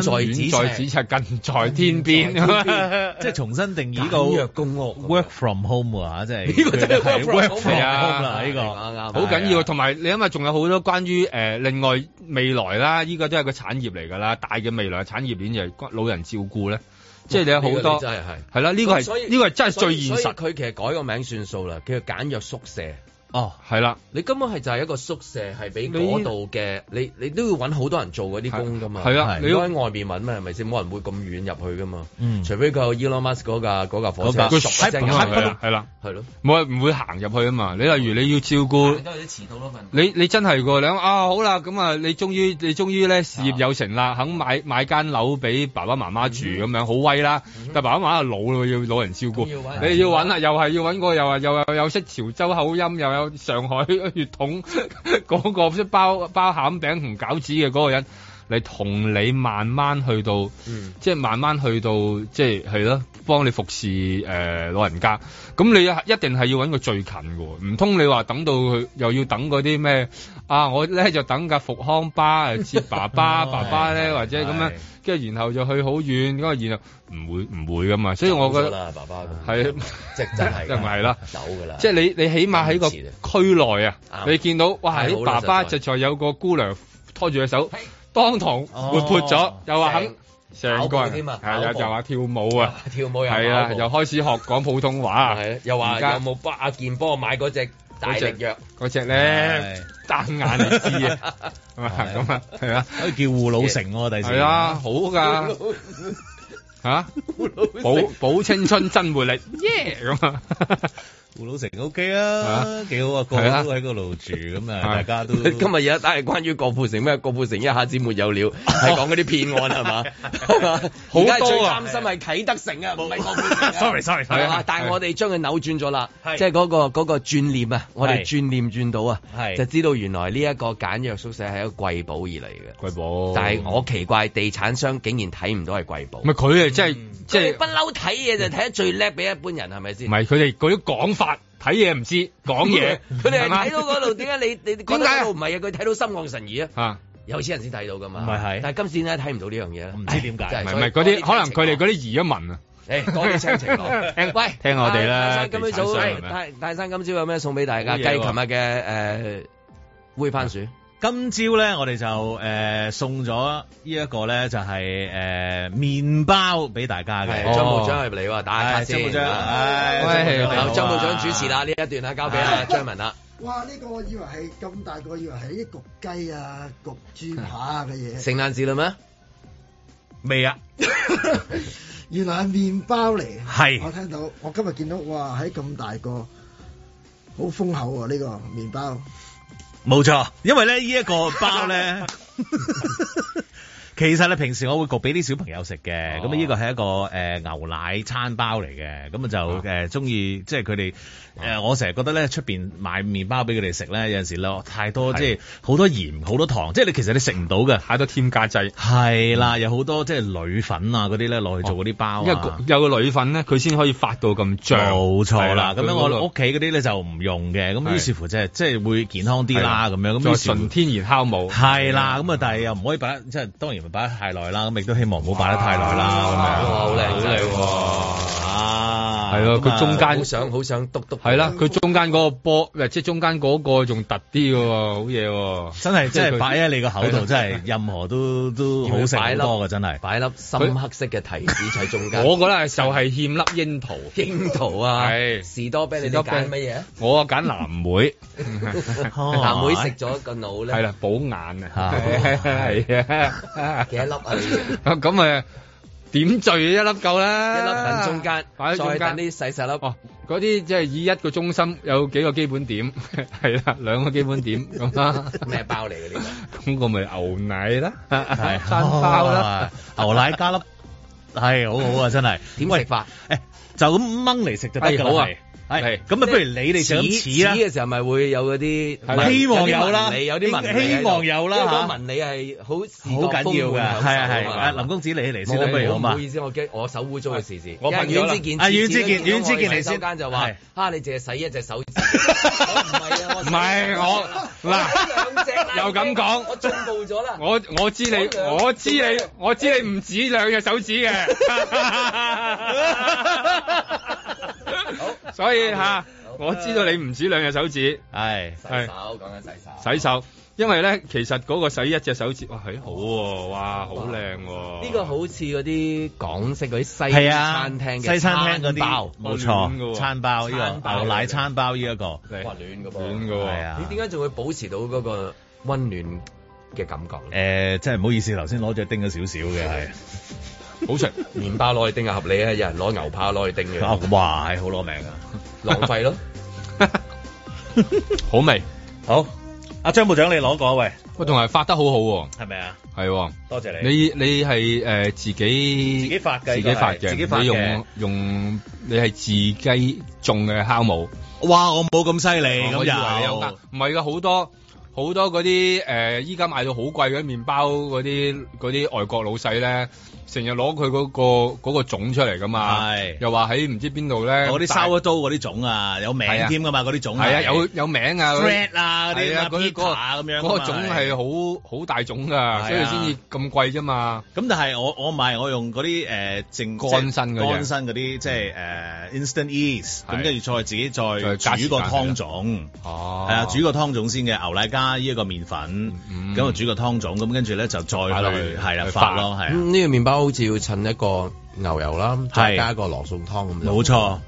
S3: 在咫
S4: 咫尺
S3: 尺，近在
S4: Ờ,
S3: 天邊，
S4: 即係重新定義
S3: 簡
S4: 個
S3: 約
S4: 公屋 work from home à, 啊，即係
S3: 呢個真係 work from
S4: work
S3: home à.
S4: from
S3: 係啊
S4: home 啦，呢個
S3: 好緊要，同埋你因為仲有好多關於誒、呃另外未來啦，依個都係個產業嚟㗎啦，大嘅未來產業鏈就係關老人照顧咧，即係你有好
S2: 呢個
S3: 多
S2: 你真係係
S3: 係啦，呢個
S2: 所以
S3: 係呢個係真係最現
S2: 所以
S3: 實，
S2: 佢其實改個名算數啦，叫做簡約宿舍。
S4: 哦，
S3: 係啦，
S2: 你根本係就係一個宿舍，係俾嗰度嘅你，你都要揾好多人做嗰啲工噶嘛。
S3: 係係啊你
S2: 你喺外面揾咩係咪先？冇人會咁遠入去噶嘛。
S3: 嗯
S2: 除非佢有 Elon Musk 嗰架嗰架火車，
S3: 佢
S2: 唰一聲
S3: 係啦，係啦，
S2: 係咯，
S3: 冇唔會行入去啊嘛。你例如你要照顧。
S2: 都有啲遲到嗰份。
S3: 你你真係個你諗啊好啦，咁啊你終於你終於咧事業有成啦，肯買買間樓俾爸爸媽媽住咁樣，好威啦！但爸爸媽媽老咯，要老人照顧，你要揾啊，又係要揾個又話又又又識潮州口音，又有上海血統嗰個識包包餡餅同餃子嘅嗰個人。你同你慢慢去到，
S2: 嗯
S3: 即係慢慢去到，即係係咯，幫你服侍誒、呃老人家。咁你一定係要揾個最近嘅喎，唔通你話等到佢又要等嗰啲咩啊？我咧就等架復康巴誒接
S2: <laughs>
S3: 爸爸，爸爸咧或者咁樣，跟住然後就去好遠，咁啊然後唔會唔會噶嘛，所以我覺
S2: 走咗啦
S3: 得
S2: 爸爸咁
S3: 係啊
S2: 即係真係㗎
S3: <laughs> 就唔係啦，
S2: 走㗎啦
S3: 即係你你起碼喺個區內啊
S2: 啱，
S3: 你見到哇，
S2: 太好
S3: 啲
S2: 啦
S3: 爸爸
S2: 實
S3: 就在有個姑娘拖住隻手，當堂活潑咗
S2: 哦，
S3: 又話
S2: 成
S3: 肯。成個
S2: 跑步
S3: 人
S2: 添啊
S3: 係
S2: 跑
S3: 又
S2: 步
S3: 就話跳舞啊，
S2: 跳舞又
S3: 係
S2: 跑
S3: 啊，
S2: 步
S3: 又開始學講普通話啊，
S2: 又話
S3: 而
S2: 有
S3: 家
S2: 冇幫阿健幫我買嗰隻大力藥？
S3: 嗰只
S4: 啊
S3: 咧單眼嚟知啊，
S2: <laughs>
S3: 係
S4: Ờ,
S3: 咪咁
S4: <laughs>
S3: 啊？係啊，
S4: 可以叫護老城喎，第時
S3: 係啊，好㗎嚇，保保青春真活力耶咁啊！
S4: 胡老成 OK 啊，幾好啊，個個
S2: 係啊
S4: 都喺嗰度住，咁啊，
S2: 係
S4: 大家都
S2: <laughs> 今日有一單係關於郭富城咩？郭富城一下子沒有 <laughs> 了，係講嗰啲騙案係 <laughs> 嘛？係嘛
S4: 好
S2: 而家最
S4: 多啊
S2: 擔心係啟德城啊，唔係郭富城啊。
S4: Sorry，sorry，
S2: 係嘛
S4: 係
S2: 但係我哋將佢扭轉咗啦，
S4: 係
S2: 即係嗰個嗰個轉念啊，我哋
S4: 係
S2: 轉念轉到啊，
S4: 係
S2: 就知道原來呢一個簡約宿舍係一個貴寶而嚟嘅。
S3: 貴寶
S2: 但係我奇怪，地產商竟然睇唔到係貴寶。
S3: 咪佢啊，真係
S4: 嗯
S3: 即係
S2: 佢哋不嬲睇嘢就睇得最叻俾一般人係咪先？
S3: 唔係佢哋嗰啲講法睇嘢唔知
S4: <laughs>
S3: 講嘢，
S2: <laughs> 佢哋係
S3: 係嘛
S2: 睇到嗰度，點解
S3: <laughs>
S2: 你你點解唔係啊？佢睇到心曠神怡啊！
S3: 嚇？
S2: 有錢人先睇到噶嘛，
S3: 唔係係
S2: 但係今次咧睇唔到呢樣嘢啦，唔
S4: 知點解
S3: 唔係唔係嗰啲， <laughs> 可能佢哋嗰啲移咗民啊。
S2: 誒多啲青情郎
S3: <laughs> 聽
S2: 喂，
S3: 聽我
S2: 大
S3: 哋啦
S2: 山今朝早
S3: 地產商係咪
S2: 大大山今朝有咩送俾大家？
S4: 好
S2: 繼
S4: 嘢
S2: 琴日
S4: 喎
S2: 嘅誒呃煨番薯，
S4: 今朝咧，我哋就誒、呃送咗呢一個咧，就係、誒、麵包俾大家嘅。
S2: 係張部長入嚟喎，打下卡
S4: 係
S2: 先。
S4: 張部長唉張部長你好
S2: 喂，
S4: 啊
S2: 張部長主持啦，呢一段啊，交俾阿張文啦。
S17: 哇！呢、個我以為係咁大個，以為係啲焗雞啊、焗豬扒啊
S2: <laughs>
S17: 嘅嘢，
S2: 聖誕節啦咩？
S4: 未啊，
S17: 原來係麵包嚟。
S4: 係
S17: 我聽到，我今日見到，哇！喺咁大個，好豐厚啊！呢、個麵包。
S4: 冇錯，因為咧呢一、個包
S3: <laughs>
S4: 咧。其實咧，平時我會焗俾啲小朋友食嘅，
S3: 哦
S4: 咁啊呢個係一個誒、呃牛奶餐包嚟嘅，咁
S3: 哦
S4: 啊就誒中意，即係佢哋誒我成日覺得咧出邊買麵包俾佢哋食咧，有陣時落太多，
S3: 係
S4: 即係好多鹽、好多糖，即係你其實你食唔到嘅，
S3: 太多添加劑。
S4: 係啦，有好多即係鋁粉啊嗰啲咧落去做嗰啲包
S3: 因為個
S4: 啊。
S3: 有個女粉咧，佢先可以發到咁脹。
S4: 冇錯啦，咁
S3: 係
S4: 樣
S3: 佢嗰個
S4: 我屋企嗰啲咧就唔用嘅，咁
S3: 係
S4: 於是乎即係即係會健康啲啦，
S3: 係
S4: 咁樣咁
S3: 再
S4: 於是乎
S3: 純天然酵母。
S4: 係啦，咁啊，但係又唔可以擺得，即係當然唔擺得太耐啦，咁亦都希望唔好擺得太耐啦，咁樣。
S2: 啊哇好靚
S4: 好
S2: 仔
S4: 喎！啊，
S3: 係咯，
S4: 咁啊
S3: 佢中間
S2: 好想好想篤
S3: <laughs>
S2: 篤。
S3: 係啦，佢中間嗰個波，喂即係中間嗰個仲突啲嘅喎，好嘢喎！
S4: 真係真係擺喺你個
S3: 個
S4: 口度，真係任何都都好食好多嘅，真係。
S2: 擺粒深黑色嘅提子喺中間。
S3: 我覺得就係欠粒櫻桃，
S2: 櫻桃啊
S3: 係
S2: 士多啤梨
S3: 士多啤
S2: 你揀乜
S3: <laughs>
S2: 嘢啊 <laughs>
S3: 我啊揀藍
S4: <laughs>
S3: 莓，
S2: 藍莓食咗個腦咧，
S3: 係啦，補眼啊，
S2: 係
S3: 係啊，
S2: 幾多粒啊你？
S3: 咁誒點綴一粒夠啦，
S2: 一粒等中間
S3: 擺喺中
S2: 再
S3: 間
S2: 等啲細細粒。
S3: 哦，嗰啲即係以一個中心有幾個基本點， <laughs> 係啦，兩個基本點咁啦。
S2: 咩包嚟嘅呢
S3: 咁我咪牛奶啦，
S4: 係
S3: 餐包啦，
S4: 哦 <laughs> 牛奶加粒，係好好啊，真係。
S2: 點
S4: 食
S2: 法？
S4: 誒，就咁掹嚟食就得㗎
S2: 哎好啊
S4: 啦。係係咁啊，不如你哋就咁似
S2: 似
S4: 啦。
S2: 嘅時候咪會有嗰
S4: 係啦
S2: 啲，
S4: 希望有啦
S2: 你有啲文理喺度，
S4: 希望有啦
S2: 因為嗰個
S4: 嚇
S2: 文理係好
S4: 好緊要㗎，係啊係啊，林公子你嚟先啦，不如好
S2: 唔
S4: 嘛
S2: 好？意思，我驚我手污糟嘅事事。
S4: 我
S2: 因為
S4: 問咗
S2: 阮
S4: 啦
S2: 之健，
S4: 啊阮之健阮之健
S2: 嚟
S4: 你先
S2: 間就話
S4: 係：
S2: 嚇你淨係洗一隻手指，
S3: 唔係我
S2: <laughs>
S3: 嗱，又咁講，
S2: 我進步咗啦。
S3: 我我知你，我知你，我知你唔止兩隻手指
S4: <laughs>
S3: 嘅，所以吓，我知道你唔止兩隻手指，
S4: 係
S3: 係
S2: 洗手講緊洗手。
S3: 洗手，因為咧其實嗰個洗一隻手指，哇，係好喎，哇，好靚喎，
S2: <laughs> 呢個好似嗰啲港式嗰啲西
S4: 係啊
S2: 餐廳嘅
S4: 西餐廳嗰
S2: 餐
S4: 啲，
S2: 包
S4: 冇
S3: 暖㗎
S4: 錯，
S3: 喎
S4: 餐包呢
S2: 餐
S4: 個
S2: 包
S4: 牛奶餐包呢一個，
S2: 哇暖嘅噃，
S3: 暖㗎喎
S4: 係啊
S2: 你點解仲會保持到嗰個温暖嘅感覺
S4: 誒
S2: 咧？
S4: 真係唔好意思，頭先攞咗叮咗少少嘅係。
S3: 好食，
S2: 麵包攞去叮係合理啊，有人攞牛扒攞去 <laughs> 叮嘅，
S4: 啊哇，係好攞命啊！
S2: 浪費 <laughs> 咯。
S3: 好味，
S4: 好，阿張部長你攞過喂，
S3: 喂，同埋發得好好喎，
S4: 係咪啊？
S3: 係喎。
S4: 多謝你。
S3: 你你係誒自己
S4: 自己發嘅
S3: 自己發嘅，
S4: 自己發嘅
S3: 你用用你係自己種嘅酵母，
S4: 哇，我冇咁犀利
S3: 我以為
S4: 咁
S3: 你有
S4: 又
S3: 呃。唔係㗎，好多好多嗰啲誒，依家賣到好貴嘅麵包嗰啲嗰啲外國老細咧，成日攞佢嗰個嗰個種出嚟噶嘛，又話喺唔知邊度咧，
S4: 嗰啲收一刀嗰啲種啊，有名添噶嘛，嗰啲種
S3: 係啊，有有名啊
S4: thread 啊，嗰
S3: 係
S4: 啲
S3: 啊，
S4: 啊
S3: 嗰啲嗰
S4: pizza 啊咁樣㗎嘛
S3: 嗰個種係好好大種
S4: 係
S3: 噶，
S4: 啊
S3: 所以先至咁貴啫嘛。
S4: 咁但係我我唔係我用嗰啲誒淨
S3: 乾身嗰隻
S4: 乾
S5: <laughs>
S4: 身嗰啲即係誒 instant ease，
S3: 係
S4: 咁跟住再自己
S3: 再
S4: 再
S3: 加
S4: 煮個
S3: 時間
S4: 湯種，
S3: 哦嗯
S4: 係啊，煮個湯種先嘅，牛奶加呢一個麵粉，咁啊煮個湯種，咁跟住咧就再
S2: 擺落去
S4: 去係啦
S2: 去
S4: 發
S2: 發
S4: 咯，係啊
S2: 嗯呢個麵包好似要襯一個牛油啦，再加一個羅宋湯咁樣。
S4: 冇錯，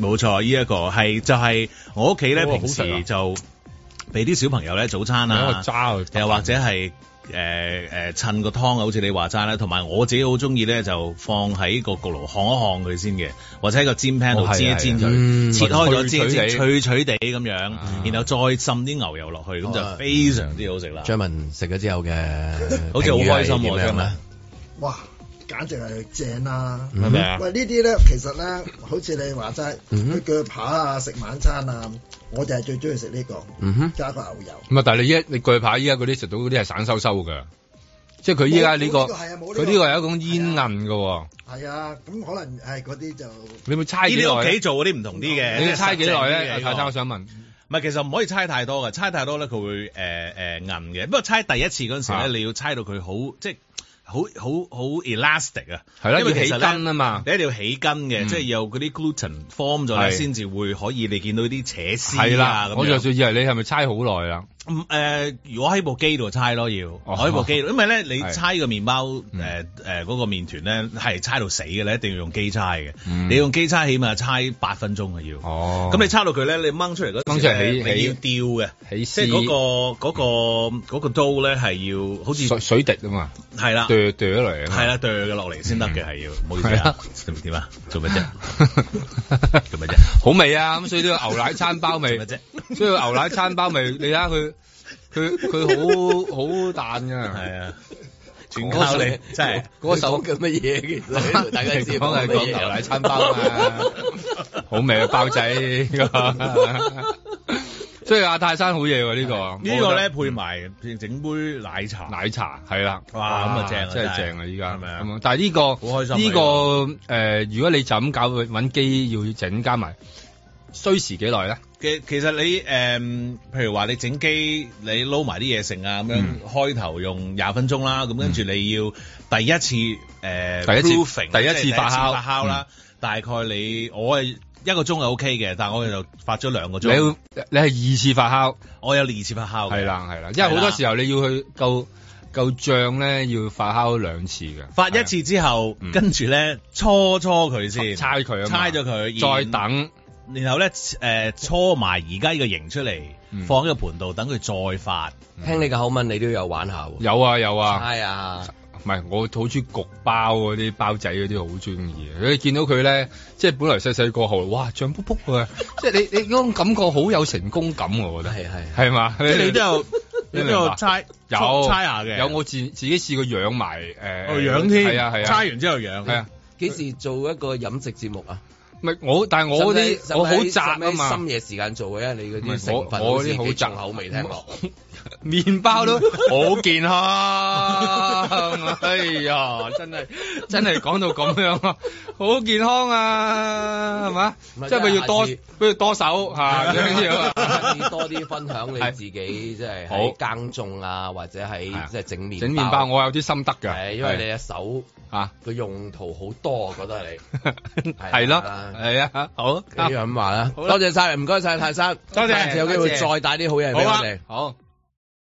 S4: 冇錯，呢、一個係就係、我屋企咧，
S2: 哇
S4: 平
S2: 好食啊
S4: 時就俾啲小朋友咧早餐
S3: 有一
S4: 啊
S3: 個，
S4: 又或者係誒誒襯個湯啊，好似你話齋啦，同埋我自己好中意咧，就放喺個焗爐烘一烘佢先嘅，或者喺個煎 pan 度
S2: 哦係啊
S4: 煎一煎
S2: 係啊
S4: 佢，
S2: 嗯
S4: 切開咗
S2: 脆
S4: 煎一
S2: 脆
S4: 煎
S2: 地啊
S4: 脆脆地咁樣，然後再滲啲牛油落去，咁
S2: 哦
S4: 就非常之好食啦。，
S2: 張文食咗之後嘅
S4: <laughs> 好似好開心喎張文。
S17: 哇！簡直係正啦、
S2: 係咪啊
S17: 喂，呢啲咧其實咧，好似你話齋，去鋸扒啊，食晚餐啊，我就係最中意食呢個，
S2: 嗯哼
S17: 加個牛油。
S3: 咁啊，但係你一你鋸扒依家嗰啲食到嗰啲係散收收㗎，即係佢依家呢個
S17: 冇冇呢個係啊冇呢個
S3: 佢呢個係一種煙韌㗎喎。
S17: 係啊，咁可能係嗰啲就
S3: 你會猜幾耐
S4: 呢啲
S3: 呢
S4: 屋企做嗰啲唔同啲嘅，
S3: 你
S4: 即係
S3: 猜幾耐咧啊
S4: 實淨啲嘅
S3: 泰山我
S4: 呢
S3: 想問。
S4: 個唔係，其實唔可以猜太多嘅，猜太多咧佢會誒誒韌嘅。不過猜第一次嗰陣時
S3: 啊
S4: 咧，你要猜到佢好即係好好好 elastic 啊，
S3: 係啦
S4: 因為
S3: 要
S4: 其實
S3: 起筋啊嘛，嗯
S4: 你一定要起筋嘅，即係有嗰啲 gluten form 咗咧，
S3: 係
S4: 先至會可以你見到啲扯
S3: 係
S4: 絲啊
S3: 啦，
S4: 咁
S3: 我就
S4: 樣。
S3: 算以為你係咪猜好耐啊啦？
S4: 嗯誒，如果喺部機度猜咯，要我喺部機度，因為咧你
S3: 哦 <laughs> 係嗯
S4: 猜個麵包誒誒嗰個麵團咧係猜到死嘅咧，一定要用機猜嘅。
S3: 嗯
S4: 你用機猜起碼猜八分鐘嘅要。
S3: 哦
S4: 咁你猜到佢咧，你掹出嚟嗰陣
S3: 掹
S4: 時
S3: 出嚟
S4: 呢
S3: 起
S4: 你要吊嘅，
S3: 起
S4: 即係
S3: 絲
S4: 嗰個嗰個嗰個刀咧係要好似
S3: 水水滴啊嘛，
S4: 係啦，
S3: 剁剁咗嚟啊嘛
S4: 係啦，剁嘅落嚟先得嘅係要，唔好意思
S3: 係
S4: 啊
S3: 啦，
S4: 點啊？做乜啫？
S3: <laughs>
S4: 做乜啫？
S3: 好味啊！咁所以呢個牛奶餐包味，所以牛奶餐包味，你睇下佢佢佢好好淡㗎。係
S4: 啊，
S3: 全
S2: 靠你真係
S3: 嗰首
S2: 叫乜嘢？其實大家知
S3: 講係講牛奶餐包啊，好味啊，包仔。所以阿泰山好嘢喎，呢個
S4: 呢個咧配埋整杯奶茶，
S3: 奶茶係啦，
S4: 哇咁啊正啊
S3: 真係
S4: 真係
S3: 正啊！依家
S4: 係咪啊
S3: 咁但係呢個
S4: 好開心啊
S3: 呢
S4: 呢
S3: 個
S4: 個
S3: 誒，如果你就咁搞揾機要整加埋，需時幾耐咧？
S4: 嘅其實你誒、譬如話你整機，你撈埋啲嘢食啊，咁樣、
S3: 嗯
S4: 開頭用廿分鐘啦，咁跟住你要第一次誒、
S3: 第一次
S4: proofing，
S3: 第一次
S4: 即係
S3: 發酵
S4: 發
S3: 嗯
S4: 酵啦，大概你我係一個鐘係 OK 嘅，但係我就發咗兩個
S3: 你要
S4: 鐘。
S3: 你係二次發酵，
S4: 我有二次發酵嘅
S3: 係啦係啦，因為好多時候你要去夠夠醬咧，要發酵兩次嘅。
S4: 發一次之後，跟住咧搓搓佢先，
S3: 猜佢啊嘛
S4: 猜咗佢，
S3: 再
S4: 然
S3: 等，
S4: 然後咧誒搓埋而家呢個形出嚟，
S3: 嗯
S4: 放喺個盤度等佢再發。
S2: 聽你嘅口吻，你都有玩下喎。
S3: 有啊有啊，
S2: 係啊，
S3: 唔係，我好中意焗包嗰啲包仔嗰啲好中意嘅。你見到佢咧，即係本來細細個後，哇脹卜
S4: <laughs>
S3: 卜啊！即係你你嗰種感覺好有成功感喎，我覺得係
S2: 係
S3: 係嘛？
S4: 即係你都有
S3: 你
S4: 你
S3: 明
S4: 都
S3: 白
S4: 有猜
S3: 有
S4: 猜下嘅
S3: 有我自自己試過養埋誒，
S4: 哦養添
S3: 係啊係啊，
S4: 猜完之後養
S3: 係啊。
S2: 幾時做一個飲食節目啊？
S3: 唔係我，但係我
S2: 使
S3: 嗰
S2: 唔使
S3: 啲我好窄
S2: 使唔
S3: 啊
S2: 使
S3: 嘛，
S2: 深夜時間做嘅，因為你嗰啲
S3: 唔係我
S2: 成分
S3: 我
S2: 好似
S3: 啲好
S2: 幾重
S3: 窄
S2: 口味聽落。
S3: 麵
S2: <laughs>
S3: 包都好健康，哎呀，真係真係講到咁樣啊，好健康啊，係嘛？
S2: 唔係
S3: 即係咪要多
S2: 即係下次
S3: 不如多手嚇啊咁樣啊要
S2: <laughs> 下次多啲分享你自己，即係
S3: 好
S2: 喺耕種啊，或者喺即係整麵
S3: 整麵包，我有啲心得㗎，
S2: 係因為你嘅手
S3: 嚇
S2: 個用途好多，我覺得你。
S3: <laughs> 係咯，係啊，好
S2: 咁樣話啦。
S3: 好啦
S2: 多謝晒，唔該晒泰山，
S3: 多謝
S2: 下次有機會再帶啲好嘢俾我哋。
S3: 好啊好。